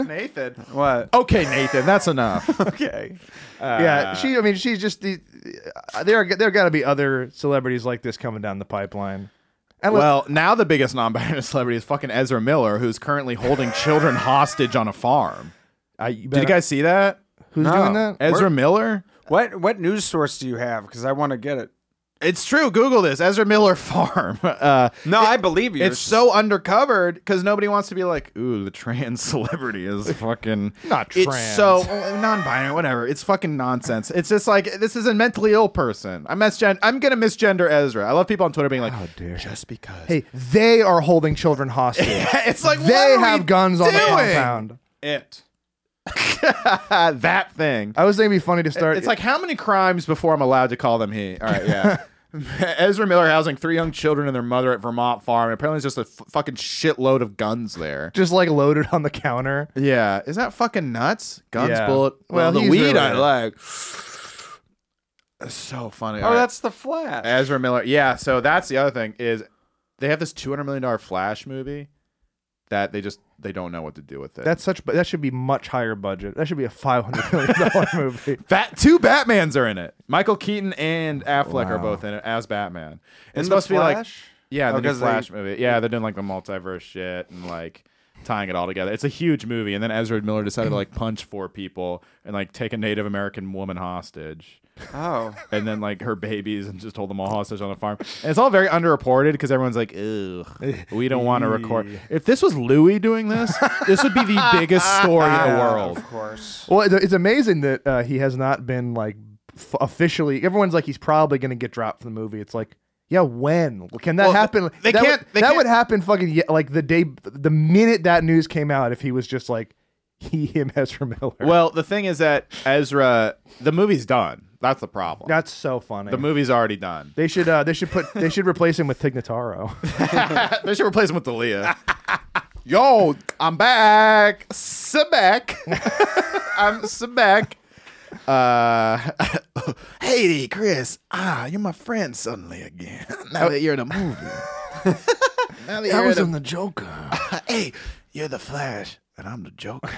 A: Ah, Nathan.
B: what?
A: Okay, Nathan, that's enough.
D: okay,
A: Ah.
D: yeah, she. I mean, she's just the. Uh, there, are, there got to be other celebrities like this coming down the pipeline. And look,
A: well, now the biggest non-binary celebrity is fucking Ezra Miller, who's currently holding children hostage on a farm.
D: I, you
A: Did you guys see that?
D: who's
B: No.
D: doing that?
A: Ezra Miller?
B: What what news source do you have? Because I want to get it.
A: It's true. Google this: Ezra Miller farm. Uh,
B: No, I believe you.
A: it's so undercovered because nobody wants to be like, "Ooh, the trans celebrity is fucking
D: Not
A: It's
D: trans.
A: so well, non-binary, whatever. It's fucking nonsense. It's just like this is a mentally ill person. I misgen- I'm gonna misgender Ezra. I love people on Twitter being like, "Oh dear," just because.
D: Hey, they are holding children hostage.
A: it's like what
D: they
A: are we
D: have guns on the
A: doing?
D: compound.
A: It. that thing.
D: I was thinking it'd be funny to start.
A: It's like how many crimes before I'm allowed to call them he? All right, yeah. Ezra Miller housing three young children and their mother at Vermont farm. Apparently, there's just a f- fucking shitload of guns there.
D: just like loaded on the counter.
A: Yeah, is that fucking nuts? Guns,
D: Yeah.
A: bullet. Well,
D: Well,
A: the
D: he's
A: weed
D: really-
A: I like. It's so funny.
B: Oh, that's the flat.
A: Ezra Miller. Yeah, so that's the other thing is they have this two hundred million dollar Flash movie that they just they don't know what to do with it.
D: That's such. bu- That should be much higher budget. That should be a five hundred million dollar movie.
A: Bat- two Batmans are in it. Michael Keaton and Affleck are both in it as Batman. It's supposed to be like yeah,
B: Oh,
A: the new
B: 'cause they-
A: Flash movie. Yeah, they're doing like the multiverse shit and like tying it all together. It's a huge movie. And then Ezra Miller decided to like punch four people and like take a Native American woman hostage.
B: oh,
A: And then like her babies and just hold them all hostage on a farm. And it's all very underreported because everyone's like, "Ew, we don't want to record." If this was Louis doing this, this would be the biggest story in the world.
B: of course.
D: well, it- it's amazing that uh, he has not been like f- officially. Everyone's like he's probably gonna get dropped from the movie. It's like. Yeah, when can that
A: Well,
D: happen?
A: they
D: that
A: can't-
D: Would,
A: they
D: that
A: can't-
D: would happen fucking ye- like the day, the minute that news came out. If he was just like he, him, Ezra Miller.
A: Well, the thing is that Ezra, the movie's done. That's the problem.
D: that's so funny.
A: the movie's already done.
D: they should, uh, they should put, they should replace him with Tignataro.
A: they should replace him with Aaliyah. Yo, I'm back. Sebek. I'm Sebek. Uh, hey, Chris. Ah, you're my friend suddenly again. Now that you're in a movie. now that you're in a-
E: the Joker.
A: hey, you're the Flash, and I'm the Joker.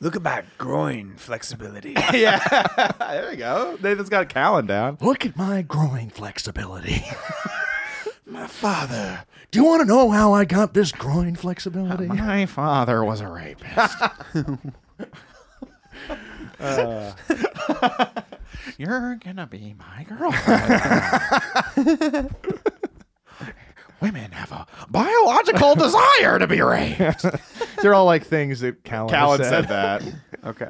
E: Look at my groin flexibility.
A: yeah, there you go. Nathan's got a Callan down.
E: Look at my groin flexibility. my father. Do you want to know how I got this groin flexibility?
A: My father was a rapist. Uh. You're gonna be my girlfriend. Women have a biological desire to be raped.
D: They're all like things that Callan,
A: Callan said
D: said.
A: that.
B: Okay.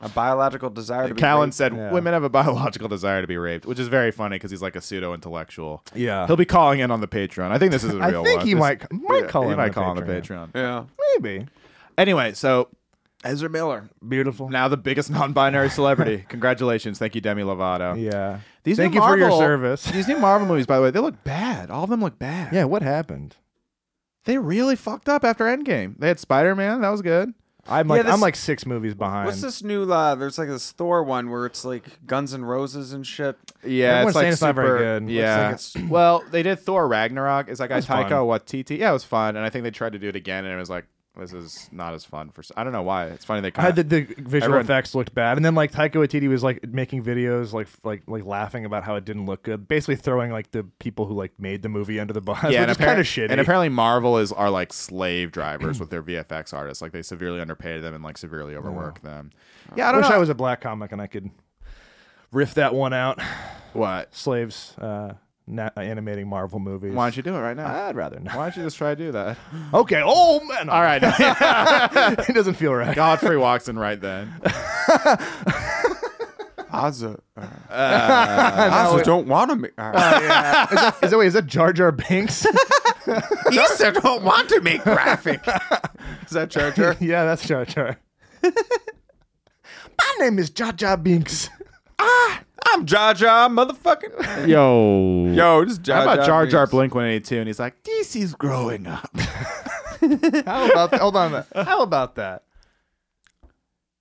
B: a biological desire to be
A: Callan
B: raped.
A: said
D: Yeah.
A: women have a biological desire to be raped, which is very funny because he's like a pseudo intellectual.
D: Yeah.
A: he'll be calling in on the Patreon. I think this is a
D: I
A: real one.
D: think he
A: This-
D: might- might call
A: he
D: in
A: might
D: on the
A: call on the
D: Patreon.
A: Patreon.
B: Yeah.
D: Maybe.
A: Anyway, so Ezra Miller,
D: Beautiful.
A: now the biggest non-binary celebrity. Congratulations, thank you, Demi Lovato.
D: Yeah.
A: These
D: Thank
A: new
D: you for your
A: Marvel-
D: service.
A: These new Marvel movies, by the way, they look bad. All of them look bad.
D: Yeah, what happened?
A: They really fucked up after Endgame. They had Spider Man. That was good.
D: I'm like
B: Yeah, this-
D: I'm like six movies behind.
B: What's this new? Uh, there's like this Thor one where it's like Guns and Roses and shit.
A: Yeah,
D: Everyone's
A: it's like
D: saying it's not
A: super.
D: very good. Looks
A: Yeah.
B: like it's-
A: well, they did Thor Ragnarok. Is that guy
D: was fun.
A: Taika Waititi? Yeah, it was fun, and I think they tried to do it again, and it was like this is not as fun for. s- I don't know why. It's funny they
D: I had
A: kind
D: the,
A: of.
D: the visual
A: Everyone-
D: effects looked bad, and then like Taika Waititi was like making videos, like f- like like laughing about how it didn't look good, basically throwing like the people who like made the movie under the bus,
A: Yeah,
D: which
A: and,
D: is kind of
A: appar-
D: shitty.
A: and apparently Marvel is are like slave drivers with their VFX artists. Like they severely underpay them and like severely overwork them. Yeah, I
D: I
A: don't
D: wish
A: know.
D: I was a black comic and I could riff that one out.
A: what?
D: Slaves uh, na- animating Marvel movies.
A: Why don't you do it right now?
D: I'd rather not.
A: Why don't you just try to do that?
D: Okay. Oh man.
A: All right.
D: it doesn't feel right.
A: Godfrey walks in right then.
B: Azza. Azza Uh. don't want to me. All right.
D: Is that wait? Is that Jar Jar Binks?
A: Easter don't want to make graphic.
B: Is that Jar Jar?
D: yeah, that's Jar Jar. My name is Jar Jar Binks.
B: I'm Jar Jar, motherfucker.
A: Yo.
B: Yo, this is
A: How
B: Jar
A: about Jar Jar
B: Binks.
A: Blink 182? And he's like, DC's growing up.
D: How about that? Hold on. How about that?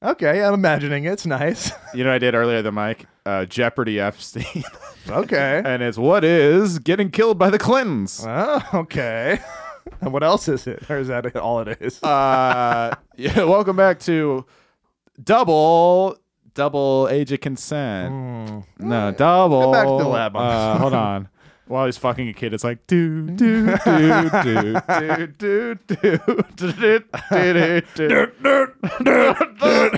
D: Okay, I'm imagining it. it's nice.
A: You know, what I did earlier the mic, uh, Jeopardy Epstein,
D: Okay.
A: and it's what is getting killed by the Clintons.
D: oh, okay. And what else is it? Or is that all it is?
A: Uh, yeah, welcome back to double double age of consent. No, double.
D: Go back to the lab on this
A: Uh, hold on. While he's fucking a kid, it's like do do do do do do do do do do do do do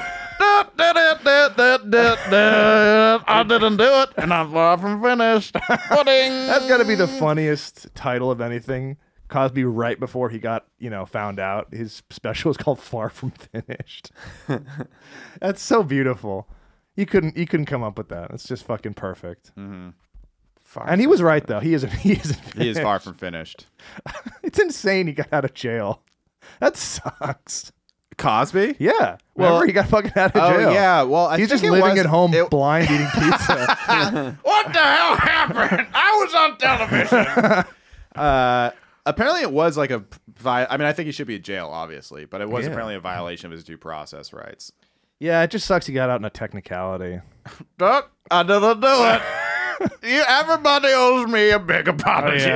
A: I didn't do it, and I'm far from finished.
D: That's got to be the funniest title of anything. Cosby, right before he got, you know, found out, his special is called "Far from Finished." That's so beautiful. You couldn't, you couldn't come up with that. It's just fucking perfect. And he was right though. He isn't. He isn't.
A: Mm-hmm. He is
D: finished.
A: far from finished.
D: It's insane. He got out of jail. That sucks.
A: Cosby?
D: Yeah.
A: Well-
D: Remember, he got fucking out of jail.
A: Oh yeah. Well, I
D: He's
A: think
D: just
A: it
D: living
A: was-
D: at home,
A: it-
D: blind, eating pizza.
A: what the hell happened? I was on television. uh, apparently, it was like a. Vi- I mean, I think he should be in jail, obviously, but it was
D: Yeah.
A: apparently a violation of his due process rights.
D: yeah, it just sucks. He got out in a technicality.
A: Duck, I didn't do it. you, everybody owes me a big apology.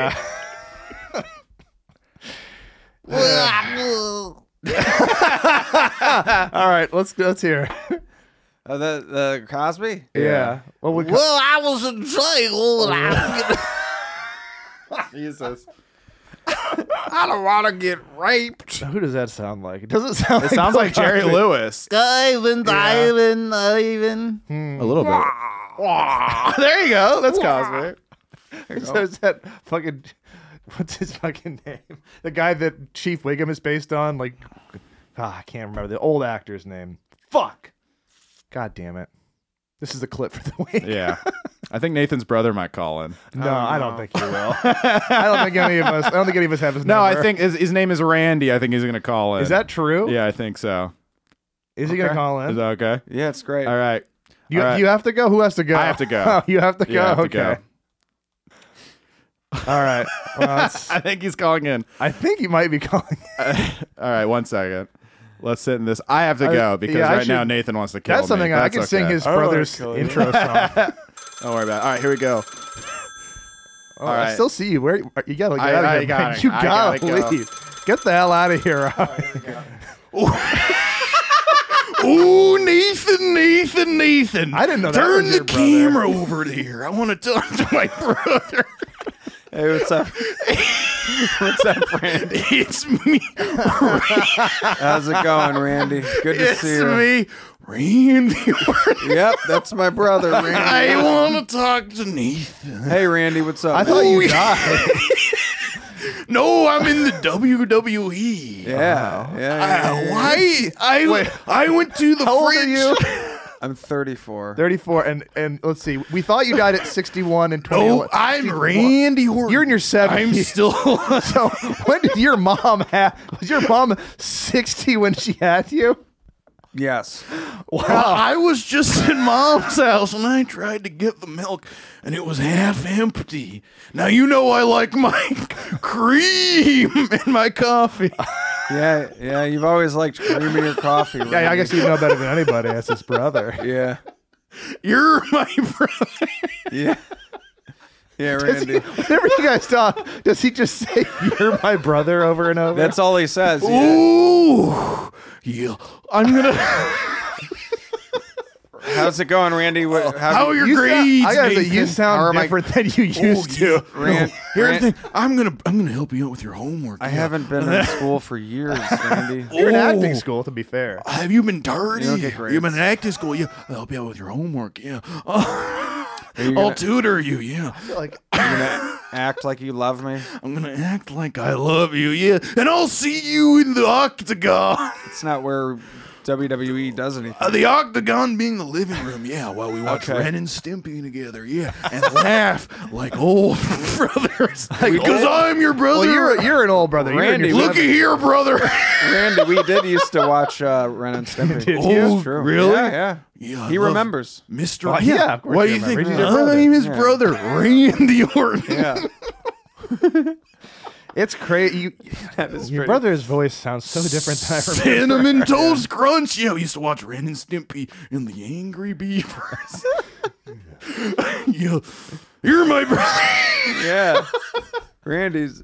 D: All right, let's let's hear. it.
B: Uh, the the Cosby.
D: Yeah. Well, we
G: Well, I was in jail. And I,
A: Jesus.
G: I don't want to get raped.
D: Who does that sound like? It doesn't sound.
A: It sounds like Jerry Lewis.
G: Diving, diving, diving.
A: A little bit. there you go. That's Cosby.
D: There's that fucking. What's his fucking name? The guy that Chief Wiggum is based on. Like, ah, I can't remember the old actor's name. Fuck. God damn it. This is the clip for the week.
A: Yeah. I think Nathan's brother might call in.
D: No, I don't think Oh, you will. I don't think any of us. I don't think any of us have his
A: No, I
D: number.
A: think his, his name is Randy. I think he's going to call in.
D: Is that true?
A: Yeah, I think so.
D: Is he gonna call
A: Is
D: in?
A: that okay?
B: Yeah, it's great.
A: All right.
D: you,
A: all right.
D: you have to go. Who has to go?
A: I have to go.
D: Oh, you have to go.
A: Yeah, I have
D: okay.
A: to go.
D: All right. Well, that's-
A: I think he's calling in.
D: I think he might be calling.
A: All right, one second. Let's sit in this. I have to go because
D: yeah, I
A: right now
D: should-
A: Nathan wants to kill
D: That's Oh,
A: me.
D: something I can
A: okay.
D: sing his brother's intro song.
A: Don't worry about it. All right, here we go.
D: Oh,
A: All
D: I
A: right.
D: still see you. Where you you gotta get
A: I-
D: out
A: I
D: of here?
A: gotta-
D: man. you
A: I
D: gotta,
A: gotta go.
D: leave. Get the hell out of here. Rob.
A: Ooh, Nathan, Nathan, Nathan.
D: I didn't know that was your brother.
A: over here. I want to talk to my brother.
B: Hey, what's up? what's up, Randy?
A: it's me.
B: How's it going, Randy? Good to see you.
A: Randy.
B: Yep, that's my brother, Randy.
A: want to talk to Nathan.
B: hey, Randy, what's up?
D: I thought you died.
A: No, I'm in the WWE.
B: Yeah, yeah. yeah, yeah.
A: Why? I I went to the
D: How old are you?
B: I'm 34.
D: 34. And and let's see. We thought you died at 61 and 21.
A: Oh, I'm Randy Orton.
D: You're in your 70s.
A: still.
D: so when did your mom have? Was your mom 60 when she had you?
B: Yes.
A: I was just in mom's house and I tried to get the milk and it was half empty. Now you know I like my cream in my coffee.
B: yeah, yeah. You've always liked creamier coffee. Right?
D: Yeah, I guess you know better than anybody. That's his brother.
B: Yeah,
G: You're my brother.
B: yeah, yeah, Randy.
D: Whenever you guys talk, does he just say "You're my brother" over and over?
B: That's all he says. yeah.
G: Ooh, yeah. I'm gonna.
B: How's it going, Randy?
D: Oh,
B: What, how
G: How are your grades?
D: I gotta say,
G: Nathan?
D: you
B: Or
D: sound
B: am I-
D: different than you
B: Oh,
D: used to.
G: Yeah.
B: Ran-
G: No, here's
B: ran-
G: the thing. I'm gonna I'm gonna help you out with your homework.
B: I
G: Yeah.
B: haven't Oh. been in school for years, Randy.
D: You're in
G: Ooh.
D: acting school, to be fair.
G: Have you been dirty?
B: You don't get
G: You've been in acting school. Yeah, I'll help you out with your homework. Yeah,
B: you
G: I'll
B: gonna-
G: tutor you. Yeah,
D: Like,
B: You're gonna act like you love me.
G: I'm gonna act like I love you. Yeah, and I'll see you in the octagon.
B: It's not where WWE does anything.
G: Uh, the octagon being the living room. Yeah, while we watch
B: Okay.
G: Ren and Stimpy together. Yeah, and laugh like old brothers. Because
D: old-
G: I'm your brother.
D: well, you're you're an old brother. You're in
B: Randy,
D: your-
G: Looky here, brother.
B: Randy, we did used to watch uh, Ren and Stimpy.
D: Did
B: It's
G: you?
B: true.
G: Really?
B: Yeah, yeah.
G: Yeah, I
B: He
G: love
B: remembers.
G: Mr.
D: Well, yeah, of course
G: Why
D: he
G: do you think
D: remembers. He's your
G: my
D: brother.
G: name is
B: Yeah.
G: brother Randy Orton?
B: Yeah.
D: it's crazy. You, your
B: pretty-
D: brother's voice sounds so different than I remember.
G: Cinnamon Toast Crunch. Yeah, we used to watch Ren and Stimpy and the Angry Beavers. yeah, you're my brother.
B: Yeah. Randy's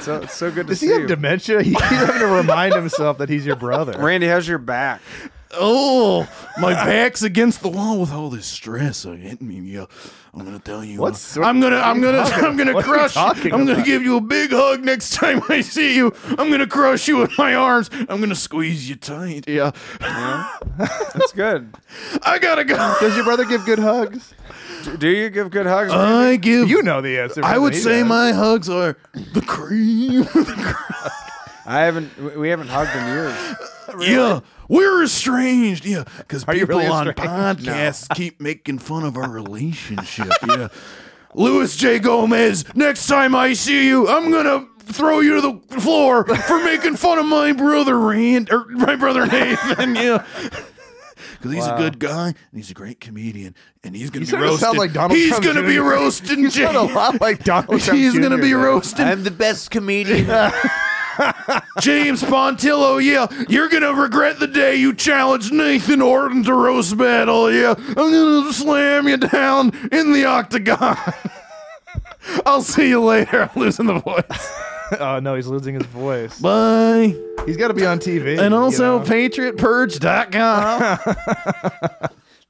B: so it's so good to
D: Does
B: see
D: he have
B: you.
D: dementia? He keeps having to remind himself that he's your brother.
B: Randy, how's your back?
G: oh, my back's against the wall with all this stress. I hit me. Yeah, I'm gonna tell you. uh,
D: What's-
G: I'm gonna. I'm
D: you
G: gonna.
D: talking-
G: I'm gonna
D: what are you
G: crush. I'm
D: talking
G: gonna
D: about?
G: give you a big hug next time I see you. I'm gonna crush you in my arms. I'm gonna squeeze you tight. Yeah,
B: That's good.
G: I gotta go.
D: Does your brother give good hugs?
B: D- Do you give good hugs?
D: Uh.
G: I give.
D: You know the answer.
G: I
D: better
G: would
D: than he
G: say
D: does.
G: my hugs are the cream.
B: I haven't. we- We haven't hugged in years.
G: Yeah, we're estranged. Yeah, because
D: you
G: people
D: really
G: on
D: estranged?
G: podcasts keep making fun of our relationship. yeah, Louis J. Gomez. Next time I see you, I'm gonna throw you to the floor for making fun of my brother Rand or my brother Nathan. Yeah. Because he's a good guy and he's a great comedian, and he's gonna
D: You
G: be
D: started to
G: roasted.
D: sound like Donald
G: he's
D: Trump
G: gonna be
D: Jr..
G: roasted.
D: You sound a lot like Donald Trump.
G: He's gonna
D: Jr.,
G: be
D: man.
G: roasted.
H: I'm the best comedian.
G: James Pontillo, yeah, you're gonna regret the day you challenged Nathan Orton to roast battle, yeah. I'm gonna slam you down in the octagon. I'll see you later. I'm losing the voice.
D: Oh no, he's losing his voice.
G: Bye.
D: He's got to be on TV.
G: And
D: you
G: also
D: know?
G: patriotpurge.com.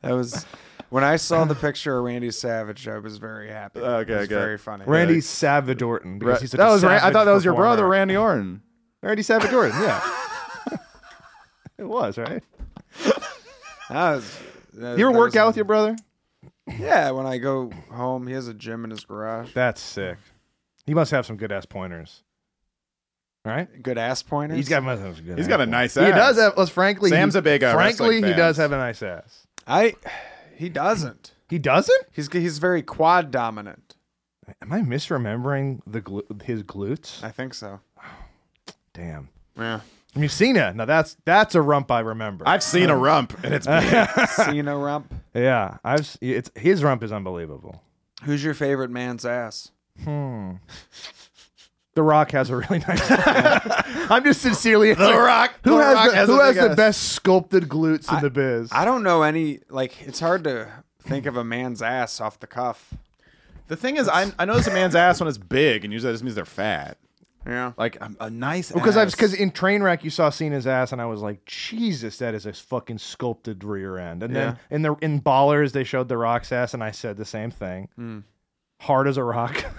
B: That was when I saw the picture of Randy Savage. I was very happy.
G: Okay,
B: it was
G: good.
B: Very funny.
D: Randy Savadorton. Because he's such
G: that
D: a
G: was Ra- I
D: savage
G: thought that was your
D: performer.
G: brother, Randy Orton.
D: Randy Savadorton. Yeah, it was right.
B: That was- that-
D: You ever
B: that
D: work
B: was-
D: out with your brother?
B: Yeah, when I go home, he has a gym in his garage.
D: That's sick. He must have some good ass pointers. Right?
B: Good ass pointers.
D: He's got must have some good. ass
G: He's got a
D: pointers.
G: nice
D: He
G: ass.
D: does have. Let's frankly,
G: Sam's
D: he,
G: a big, uh,
D: Frankly,
G: wrestling
D: he
G: fan.
D: does have a nice ass.
B: I. He doesn't.
D: He doesn't.
B: He's he's very quad dominant.
D: Am I misremembering the glu- his glutes?
B: I think so.
D: Damn.
B: Yeah.
D: Mucina. Now that's that's a rump I remember.
G: I've seen a rump, and it's big.
B: Cena rump.
D: yeah, I've. s- It's his rump is unbelievable.
B: Who's your favorite man's ass?
D: Hmm. The Rock has a really nice. I'm just sincerely.
G: The Rock.
D: who
G: the
D: has
G: Rock
D: the, who
G: a
D: has
G: big
D: the
G: ass.
D: best sculpted glutes in the biz?
B: I don't know any. Like, it's hard to think of a man's ass off the cuff.
G: The thing is, I, I notice a man's ass when it's big, and usually that just means they're fat.
B: Yeah.
G: Like a, a nice
D: because I've
G: ass.
D: because in Trainwreck you saw Cena's ass and I was like, Jesus, that is a fucking sculpted rear end. And then in the in Ballers they showed the Rock's ass and I said the same thing,
G: Mm.
D: hard as a rock.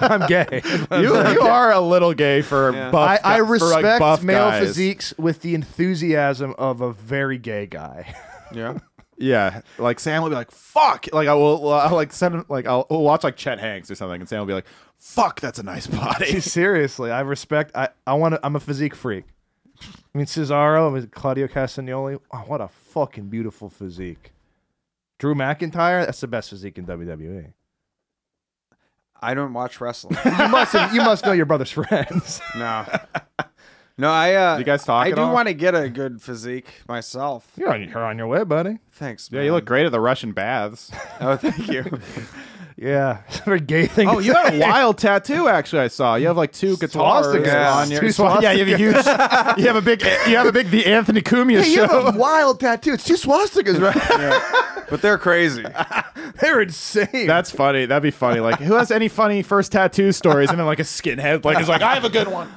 D: I'm gay.
G: you, you are a little gay for
B: Yeah.
G: buff.
D: I, I
G: gu- for, like,
D: respect
G: buff
D: male
G: guys.
D: physiques with the enthusiasm of a very gay guy.
B: Yeah.
G: Yeah, like Sam will be like, "Fuck!" Like I will, I'll like send him, like I'll, we'll watch like Chet Hanks or something, and Sam will be like, "Fuck, that's a nice body."
D: Seriously, I respect. I I want to. I'm a physique freak. I mean Cesaro, I mean, Claudio Castagnoli. Oh, what a fucking beautiful physique. Drew McIntyre. That's the best physique in WWE.
B: I don't watch wrestling.
D: You must have, you must know your brother's friends.
B: no. No, I. Uh,
G: you guys talk
B: I
G: at
B: do
G: all?
B: want to get a good physique myself.
D: You're on, you're on your way, buddy.
B: Thanks.
G: yeah, you
B: man.
G: look great at the Russian baths.
B: Oh, thank you.
D: Yeah, it's a very gay thing.
A: Oh, you had a wild tattoo. Actually, I saw you have like two guitars
D: Swastikas.
A: on your.
D: Two
A: yeah, you have a huge. You have a big. You have a big. The Anthony Cumia
E: Hey, you
A: show.
E: have a wild tattoo. It's two swastikas, right?
B: But they're crazy.
D: They're insane.
A: That's funny. That'd be funny. Like, who has any funny first tattoo stories? And then like a skinhead, like is like, I have a good one.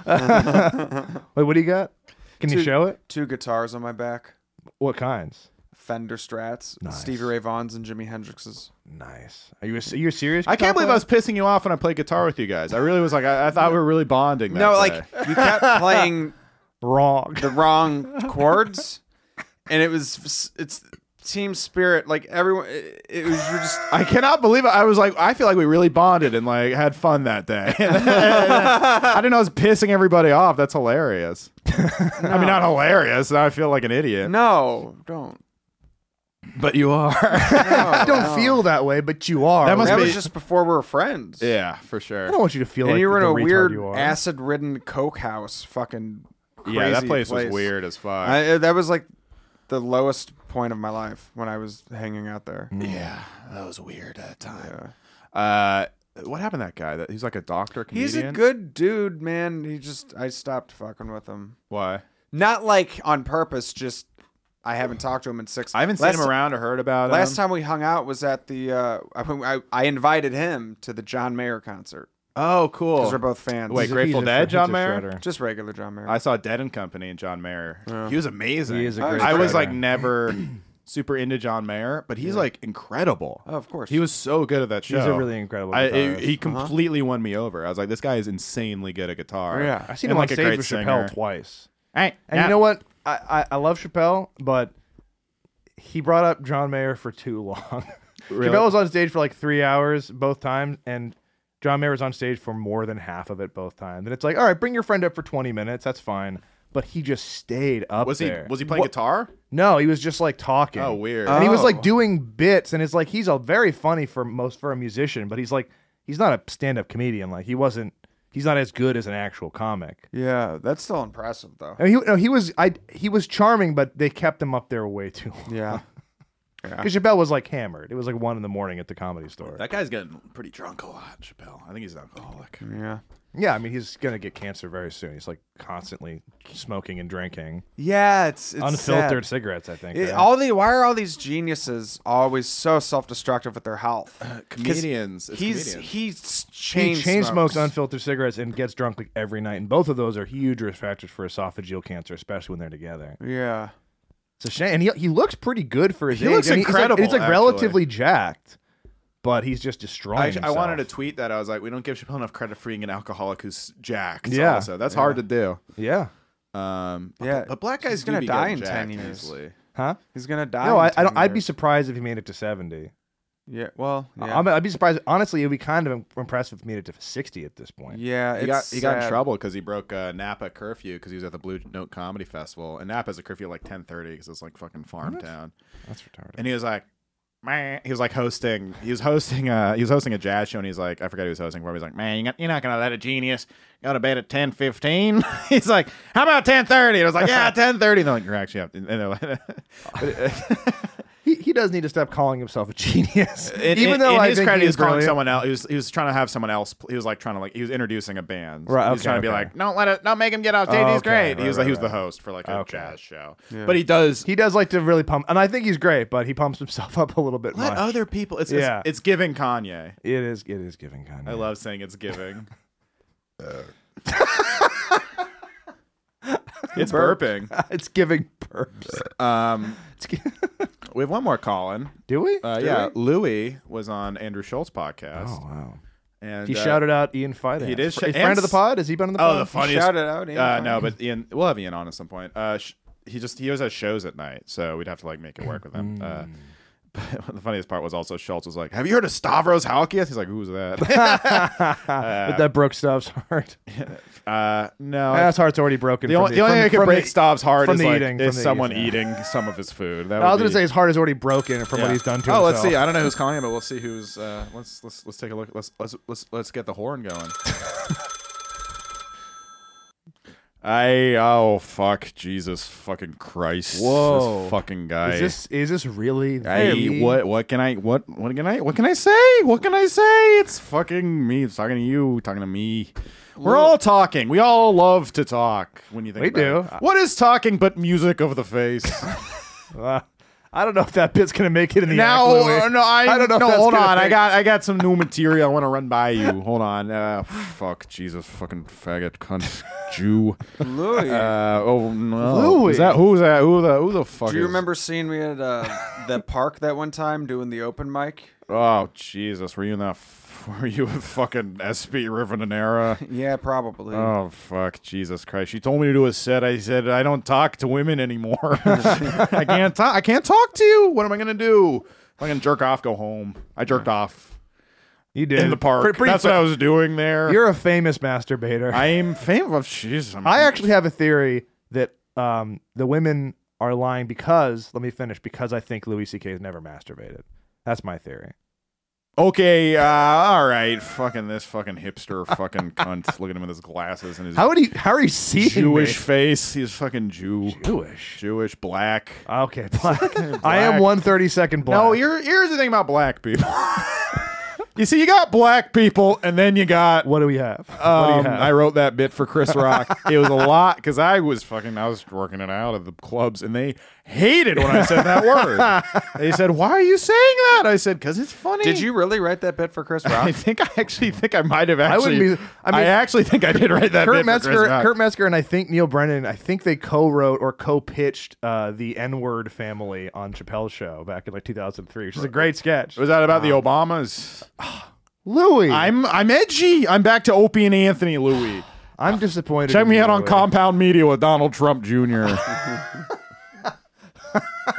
D: Wait, what do you got? Can you
B: Two-
D: show it?
B: Two guitars on my back,
D: What kinds?
B: Fender Strats,
D: Nice.
B: Stevie Ray Vaughan's, and Jimi Hendrix's.
D: Nice. Are you are you serious?
A: I can't believe I was pissing you off when I played guitar with you guys. I really was like, I, I thought we were really bonding. That
B: No,
A: day.
B: like you kept playing
D: wrong.
B: the wrong chords, and it was it's team spirit. Like everyone, it, it was you're just
A: I cannot believe it. I was like, I feel like we really bonded and like had fun that day. I didn't know I was pissing everybody off. That's hilarious. I mean, not hilarious. Now I feel like an idiot.
B: no, don't.
A: But you are.
D: I don't feel that way, but you are.
A: That must
B: That
A: be-
B: was just before we were friends.
A: yeah, for
D: I don't
A: sure.
D: want you to feel
B: and
D: like
B: you were in
D: the
B: a
D: retard
B: weird
D: you are.
B: acid-ridden coke house. Fucking
A: Yeah, that
B: crazy
A: place, was weird as fuck.
B: I, uh, that was like the lowest point of my life when I was hanging out there.
A: yeah, that was weird at the time. Mm. Uh, what happened to that guy? That he's like a doctor comedian.
B: He's a good dude, man. He just I stopped fucking with him.
A: Why?
B: Not like on purpose, just I haven't talked to him in six.
A: I haven't seen
B: last,
A: him around or heard about him.
B: Last time we hung out was at the uh, I, I, I invited him to the John Mayer concert
A: Oh, cool.
B: because we're both fans.
A: Wait,
D: He's a-
A: Grateful
D: he's a-
A: Dead,
D: he's a
A: John Mayer?
D: shredder.
B: just regular John Mayer.
A: I saw Dead and Company and John Mayer. He was amazing.
D: He is a great
A: I was
D: shredder.
A: like never super into John Mayer, but he's like incredible.
B: oh, of course,
A: He was so good at that show.
D: He's a really incredible
A: I,
D: guitarist.
A: it- he completely won me over. I was like, this guy is insanely good at guitar.
B: Yeah.
D: I've seen
A: And,
D: him on
A: like, a
D: stage
A: great
D: with
A: singer.
D: Chappelle twice.
A: Hey,
D: And you know what? I, I, I love Chappelle, but he brought up John Mayer for too long.
A: Really?
D: Chappelle was on stage for like three hours both times, and John Mayer was on stage for more than half of it both times. And it's like, all right, bring your friend up for 20 minutes. That's fine. But he just stayed up
A: was he
D: there.
A: was he playing
D: What-
A: guitar?
D: No, he was just like talking.
A: Oh, weird.
D: And he was
B: Oh.
D: like doing bits, and it's like he's a very funny for most for a musician, but he's like he's not a stand-up comedian. Like he wasn't. He's not as good as an actual comic.
B: yeah, that's still impressive though.
D: I mean, he, no, he was I he was charming, but they kept him up there way too long.
B: Yeah,
D: Because Chappelle was like hammered. It was like one in the morning at the
B: Oh,
D: comedy store.
A: That guy's getting pretty drunk a lot, Chappelle. I think he's an alcoholic.
B: yeah,
D: yeah, I mean he's gonna get cancer very soon. He's like constantly smoking and drinking
B: yeah. It's, it's
D: unfiltered
B: sad.
D: cigarettes. I think.
B: It-
D: right?
B: all the why are all these geniuses always so self-destructive with their health? 'Cause
A: Comedians. Uh, It's
B: He's
A: comedians.
B: he's chain
D: he chain smokes.
B: smokes
D: unfiltered cigarettes and gets drunk like every night, and both of those are huge risk factors for esophageal cancer, especially when they're together.
B: Yeah.
D: It's a shame, and he, he looks pretty good for his
A: He
D: age.
A: looks
D: and he's like-
A: incredible,
D: He's like,
A: actually.
D: relatively jacked, but he's just destroying.
A: I, I wanted to
D: himself.
A: tweet that I was like, we don't give Chappelle enough credit for being an alcoholic who's jacked.
D: Yeah.
A: also. that's hard to do.
D: Yeah.
A: Um, but-
B: Yeah.
A: but black guys
B: He's gonna
A: do be
B: die
A: getting
B: in 10
A: jacked
B: years.
A: easily.
D: Huh?
B: He's gonna die.
D: No,
B: in
D: I, I
B: 10
D: don't. I'd be
B: years.
D: surprised if he made it to seventy.
B: Yeah. Well.
D: I-
B: Yeah.
D: I'm, I'd be surprised. Honestly, it'd be kind of im- impressive if he made it to sixty at this point.
B: yeah.
A: He got
B: it's
A: he got in
B: sad.
A: trouble because he broke uh, Napa curfew because he was at the Blue Note Comedy Festival, and Napa has a curfew at like ten thirty because it's like fucking farm town.
D: That's retarded.
A: And he was like, man, he was like hosting, he was hosting a he was hosting a jazz show, and he's like, I forgot he was hosting. Where he's like, man, you're not- you're not gonna let a genius go to bed at ten fifteen. he's like, how about ten thirty? And I was like, yeah, ten thirty. They're like, you're actually up. And they're like,
D: He, he does need to stop calling himself a genius,
A: In-
D: even
A: in-
D: though
A: in
D: I
A: his
D: think
A: credit,
D: he
A: he was
D: is
A: calling
D: brilliant.
A: someone else. He was, he was trying to have someone else. He was like trying to like he was introducing a band.
D: Right,
A: He was
D: okay,
A: trying to be
D: okay.
A: like, don't let it, don't make him get off stage.
D: Oh,
A: he's
D: okay,
A: great.
D: right,
A: he was
D: right,
A: like, he was
D: right.
A: the host for like a
D: Okay.
A: jazz show. But he does.
D: He does like to really pump, and I think he's great, but he pumps himself up a little bit.
A: let
D: much.
A: other people. It's,
D: Yeah.
A: it's it's giving Kanye.
D: It is. It is giving Kanye.
A: I love saying it's giving. Uh. it's burping.
D: It's giving burps.
A: Um, we have one more, Colin.
D: Do we?
A: Uh, yeah, Louis was on Andrew Schultz podcast,
D: Oh wow.
A: and
D: He
A: uh,
D: shouted out Ian Fidance.
A: he did
D: Fr-
A: shout-
D: friend
A: and
D: of the pod. Has he been on the pod?
A: Oh, the funniest.
B: Shout it out, Ian
A: Uh, no, but Ian, we'll have Ian on at some point. Uh, sh- he just he always has shows at night, so we'd have to like make it work with him. Uh, but the funniest part was also Schultz was like, "Have you heard of Stavros Halkias?" He's like, "Who's that?"
D: But that broke Stav's heart.
A: uh, no,
D: That's heart's already broken.
A: the
D: from
A: only, the only
D: from-
A: thing that could
D: from
A: break
D: the-
A: Stav's heart
D: from
A: is,
D: the
A: like,
D: eating,
A: is
D: from the
A: someone
D: eating.
A: eating some of his food. That
D: I was
A: would
D: gonna say
A: be-
D: his heart is already broken from what he's done to
A: oh,
D: himself.
A: let's see. I don't know who's calling him, but we'll see who's. Uh, let's let's let's take a look. Let's let's let's let's get the horn going. I oh fuck Jesus fucking Christ!
B: Whoa.
A: this fucking guy.
D: Is this is this really?
A: I,
D: the-
A: what what can I what what can I what can I say? What can I say? It's fucking me. It's talking to you. Talking to me. We're all talking. We all love to talk. When you think
D: We
A: about
D: do.
A: it. What is talking but music of the face?
D: Uh, I don't know if that bit's gonna make it in the
A: now
D: act, Louis.
A: uh, no I,
D: I don't know if
A: No,
D: that's
A: hold
D: gonna
A: on. I
D: make-
A: got I got some new material. I want to run by you. Hold on. Uh, fuck Jesus fucking faggot cunt Jew.
B: Louis,
A: Uh, oh no.
D: Louis.
A: Is that who's that? Who the who the fuck?
B: do you
A: is-
B: remember seeing me at uh, the park that one time doing the open mic?
A: Oh Jesus! Were you in that? f- Were you in fucking SP Rivenanera?
B: Yeah, probably.
A: Oh fuck, Jesus Christ! She told me to do a set. I said I don't talk to women anymore. I can't talk. I can't talk to you. What am I gonna do? I'm gonna jerk off. Go home. I jerked off
D: you did
A: in the park.
D: Pretty- pretty
A: That's
D: fa-
A: what I was doing there.
D: You're a famous masturbator. I,
A: I am famous. Jesus, I'm-
D: actually have a theory that um, the women are lying because let me finish because I think Louis C.K. has never masturbated. That's my theory.
A: okay. Uh, all right. Fucking this fucking hipster fucking cunt. Look at him with his glasses and his
D: How would he? How are you seeing
A: Jewish
D: me?
A: face. He's fucking Jew.
D: Jewish.
A: Jewish black.
D: Okay, black. I am one thirty second black.
A: No, here, here's the thing about black people. you see, you got black people, and then you got.
D: What do we have? what do you
A: Um,
D: have?
A: I wrote that bit for Chris Rock. it was a lot because I was fucking, I was working it out at the clubs, and they hated when I said that word. They said, "Why are you saying that?" I said, "Cause it's funny."
B: Did you really write that bit for Chris
A: I
B: Rock?
A: think I actually think I might have
D: I wouldn't
A: actually. I,
D: be- I mean-
A: actually think I did write that. bit
D: Kurt
A: for Chris
D: Metzger,
A: Rock.
D: Kurt Metzger, and I think Neil Brennan. I think they co-wrote or co-pitched uh, the N-word family on Chappelle's show back in like 2003, which is a great sketch.
A: was that about the Obamas?
D: Louis, I'm,
A: I'm I'm edgy. I'm back to Opie and Anthony Louie.
D: disappointed.
A: Check
D: in
A: me
D: you,
A: out on
D: Louis.
A: Compound Media with Donald Trump Jr.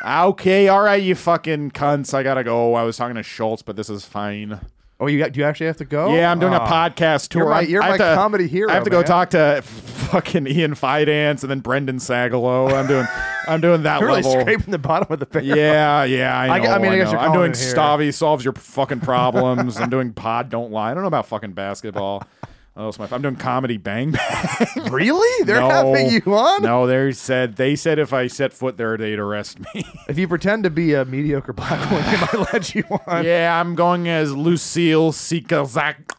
A: okay, all right, you fucking cunts. I gotta go. I was talking to Schultz, but this is fine.
D: Oh, you got? Do you actually have to go?
A: yeah, I'm doing a
D: Ah.
A: podcast tour.
D: You're my-
A: I'm-
D: you're
A: I have
D: my
A: to-
D: comedy hero,
A: I have to
D: man.
A: go talk to fucking Ian Fidance and then Brendan Sagalow. I'm doing, I'm doing that
D: You're really
A: level.
D: scraping the bottom of the barrel.
A: Yeah, yeah, I
D: I gu-
A: know.
D: I mean, I guess
A: know.
D: you're
A: I'm doing
D: calling it here.
A: Stavi solves your fucking problems. I'm doing Pod Don't Lie. I don't know about fucking basketball. Oh, it's my, I'm doing comedy Bang Bang.
D: really? They're
A: no,
D: having you on?
A: No, they said they said if I set foot there, they'd arrest me.
D: If you pretend to be a mediocre black woman, they might let you on.
A: yeah, I'm going as Lucille Sikazak.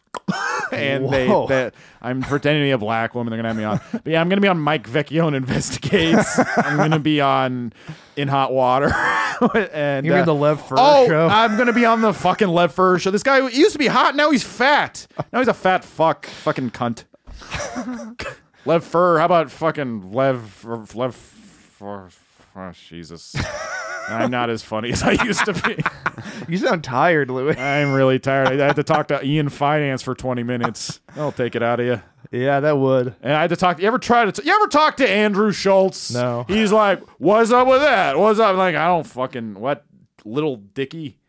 A: and they,
D: Whoa.
A: they- I'm pretending to be a black woman. They're gonna have me on. But yeah, I'm gonna be on Mike Vecchione investigates. I'm gonna be on in hot water. and
D: You're
A: uh,
D: in the Lev Fur
A: oh,
D: show.
A: I'm gonna be on the fucking Lev Fur show. This guy he used to be hot, now he's fat. Now he's a fat fuck, fucking cunt. Lev Fur, how about fucking Lev Lev? Fur- Oh, Jesus, I'm not as funny as I used to be.
D: you sound tired, Louis.
A: I'm really tired. I had to talk to Ian Finance for 20 minutes. I'll take it out of you.
D: yeah, that would.
A: And I had to talk. You ever try to? you ever talk to Andrew Schultz?
D: No.
A: He's like, "What's up with that? What's up?" I'm like, I don't fucking what, little Dicky.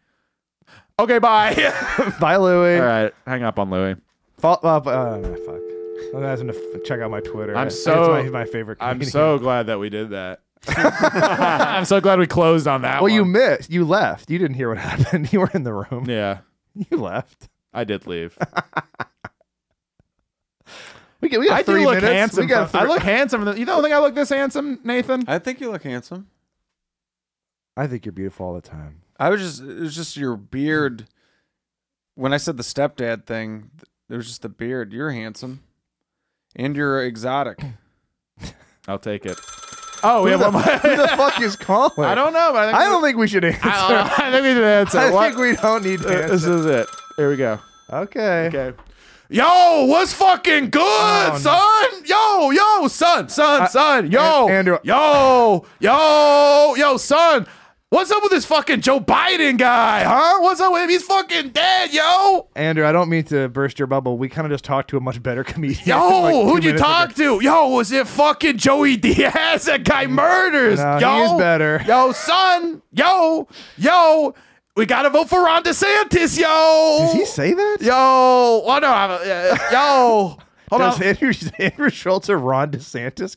A: Okay, bye.
D: Bye, Louis.
A: All right, hang up on Louis.
D: Fo- uh, uh, fuck. I'm guys gonna f- check out my Twitter.
A: I'm
D: I- it's
A: so-
D: my, he's my favorite.
A: I'm
D: comedian.
A: so glad that we did that. I'm so glad we closed on that.
D: Well, you
A: one.
D: missed. You left. You didn't hear what happened. You were in the room.
A: yeah,
D: You left.
A: I did leave.
D: We got, we got
A: I do
D: three
A: look
D: minutes.
A: handsome.
D: We got
A: I
D: three-
A: look handsome. You don't think I look this handsome, Nathan?
B: I think you look handsome.
D: I think you're beautiful all the time.
B: I was just it was just your beard. When I said the stepdad thing, th- it was just the beard. You're handsome, and you're exotic.
A: I'll take it. Oh, we have one more.
D: Who the fuck is calling?
A: I don't know, but I think
D: I don't think we should answer.
A: I, don't know. I think we did answer.
D: I
A: What-
D: think we don't need to.
A: This
D: Answer.
A: is it. Here we go.
D: Uh, Okay.
A: Okay. Yo, what's fucking good,
D: Oh,
A: son? Yo, yo, son, son, son. Yo,
D: An- Andrew-
A: yo, yo, yo, son. What's up with this fucking Joe Biden guy, huh? What's up with him? He's fucking dead, yo.
D: Andrew, I don't mean to burst your bubble. We kind of just talked to a much better comedian.
A: Yo,
D: like two
A: who'd you
D: minutes ago.
A: talk to? Yo, was it fucking Joey Diaz? That guy murders.
D: No, he
A: yo,
D: is better.
A: Yo, son. Yo, yo. We gotta vote for Ron DeSantis, yo.
D: Does he say that?
A: Yo, well, no, I'm, uh, yo, hold
D: Does
A: on.
D: Andrew, is Andrew Schultz a Ron DeSantis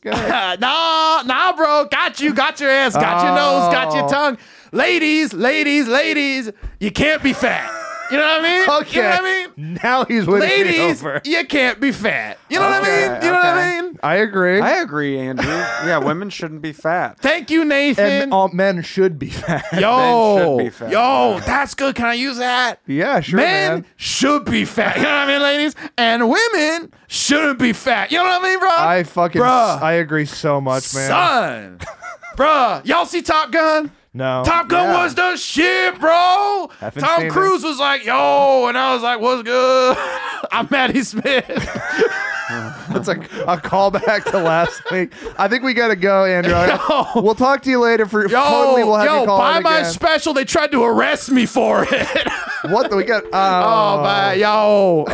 D: guy?
A: Uh, nah, nah, bro, got you, got your ass, got your nose, got your
D: Oh.
A: tongue. Ladies, ladies, ladies, you can't be fat.
F: You know what I mean?
D: Okay.
F: You know what I mean?
D: Now he's winning me
F: Ladies,
D: over.
F: you can't be fat. You know what I mean?
B: Okay,
F: You know
B: okay.
F: what I mean?
D: I agree.
B: I agree, Andrew. yeah, women shouldn't be fat.
F: Thank you, Nathan.
D: and all men should be fat.
F: yo,
B: men should be fat.
F: yo, that's good. Can I use that?
D: yeah, sure,
F: men
D: man.
F: should be fat. You know what I mean, ladies? And women shouldn't be fat. You know what I mean, bro?
D: I fucking
F: Bruh.
D: I agree so much, man.
F: Son. Bruh, y'all see Top Gun?
D: No.
F: Top Gun was the shit, bro.
D: Haven't seen
F: Tom
D: it.
F: Cruise was like, yo, and I was like, what's good? I'm Maddie Smith.
D: That's a, a callback to last week. I think we gotta go, Andrew.
F: Yo.
D: We'll talk to you later. For
F: Yo,
D: totally, we'll have
F: Oh, yo,
D: you call
F: buy
D: in
F: my
D: again.
F: special. They tried to arrest me for it.
D: what the, we got?
F: oh, my, yo.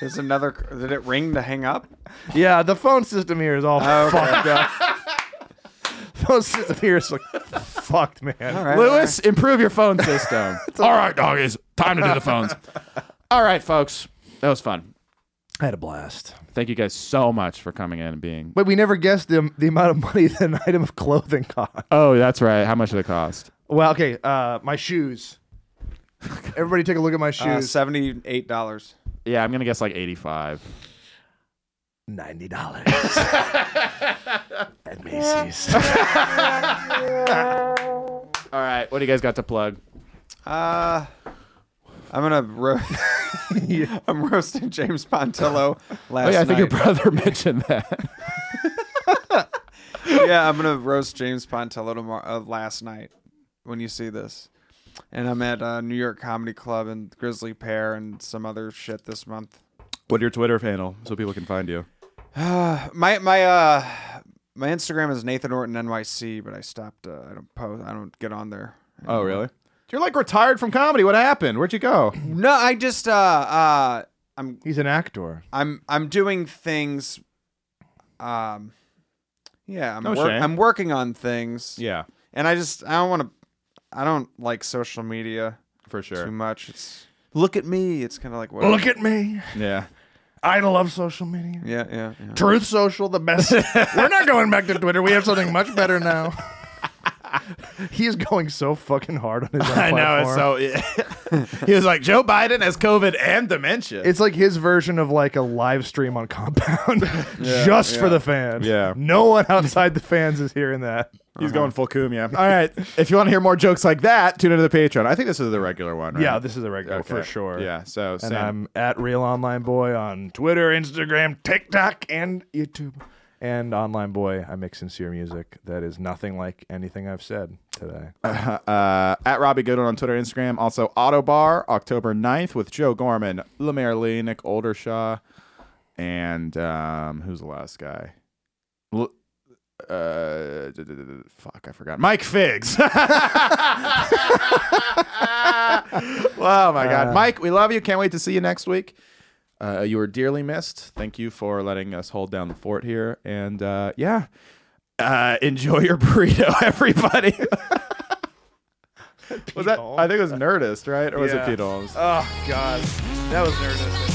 B: There's another. Did it ring to hang up?
D: Yeah, the phone system here is all fucked up. phone system here is like fucked, man.
B: All right, all right.
F: Lewis, improve your phone system. All right, doggies. Time to do the phones. All right, folks. That was fun.
D: I had a blast.
F: Thank you guys so much for coming in and being.
D: But we never guessed the, the amount of money that an item of clothing cost.
F: Oh, that's right. How much did it cost?
D: Uh, Well, okay, uh, my shoes. Everybody take a look at my
B: Uh,
D: shoes.
B: Seventy-eight dollars.
F: Yeah, I'm gonna guess like 85.
D: Ninety dollars. At Macy's.
F: All right, what do you guys got to plug?
B: Uh, I'm gonna. Ro- I'm roasting James Pontillo last
F: Oh yeah, I think your
B: night.
F: brother mentioned that.
B: yeah, I'm gonna roast James Pontello tomorrow. Uh, last night, when you see this, and I'm at uh, New York Comedy Club and Grizzly Pear and some other shit this month.
A: What your Twitter handle so people can find you?
B: My my uh my Instagram is Nathan Orton NYC, but I stopped. Uh, I don't post. I don't get on there.
A: Oh, really? You're like retired from comedy. What happened? Where'd you go?
B: No, I just uh uh I'm
D: He's an actor.
B: I'm I'm doing things. Um, yeah, I'm
A: No
B: wor-
A: shame.
B: I'm working on things.
A: Yeah,
B: and I just I don't want to. I don't like social media
A: for
B: too
A: sure.
B: much. It's look at me. It's kind of like what?
D: Look at me.
A: Yeah.
D: I love social media.
B: yeah yeah. yeah.
D: Truth Social, the best. We're not going back to Twitter. We have something much better now. He's going so fucking hard on his. Own
A: I know. It's
D: platform.
A: Oh, so he was like, Joe Biden has COVID and dementia.
D: It's like his version of like a live stream on Compound, just for the fans.
A: Yeah.
D: no one outside the fans is hearing that.
A: He's going full coom, yeah. All right. If you want to hear more jokes like that, tune into the Patreon. I think this is the regular one, right?
D: Yeah, this is a regular
A: Okay.
D: for sure.
A: Yeah. So
D: and
A: same.
D: I'm at Real Online Boy on Twitter, Instagram, TikTok, and YouTube. And Online Boy, I make sincere music that is nothing like anything I've said today.
A: uh, at Robbie Gooden on Twitter, Instagram. Also, Autobar, October 9th with Joe Gorman, Lemaire Lee, Nick Oldershaw, and um, who's the last guy? L- uh, d- d- d- d- fuck, I forgot. Mike Figs. oh my God, Mike, we love you. Can't wait to see you next week. Uh, you were dearly missed. Thank you for letting us hold down the fort here. And uh, yeah, uh, enjoy your burrito, everybody. was that? I think it was Nerdist, right? Or was
D: Yeah.
A: it Pete Holmes?
D: Oh God, that was nervous.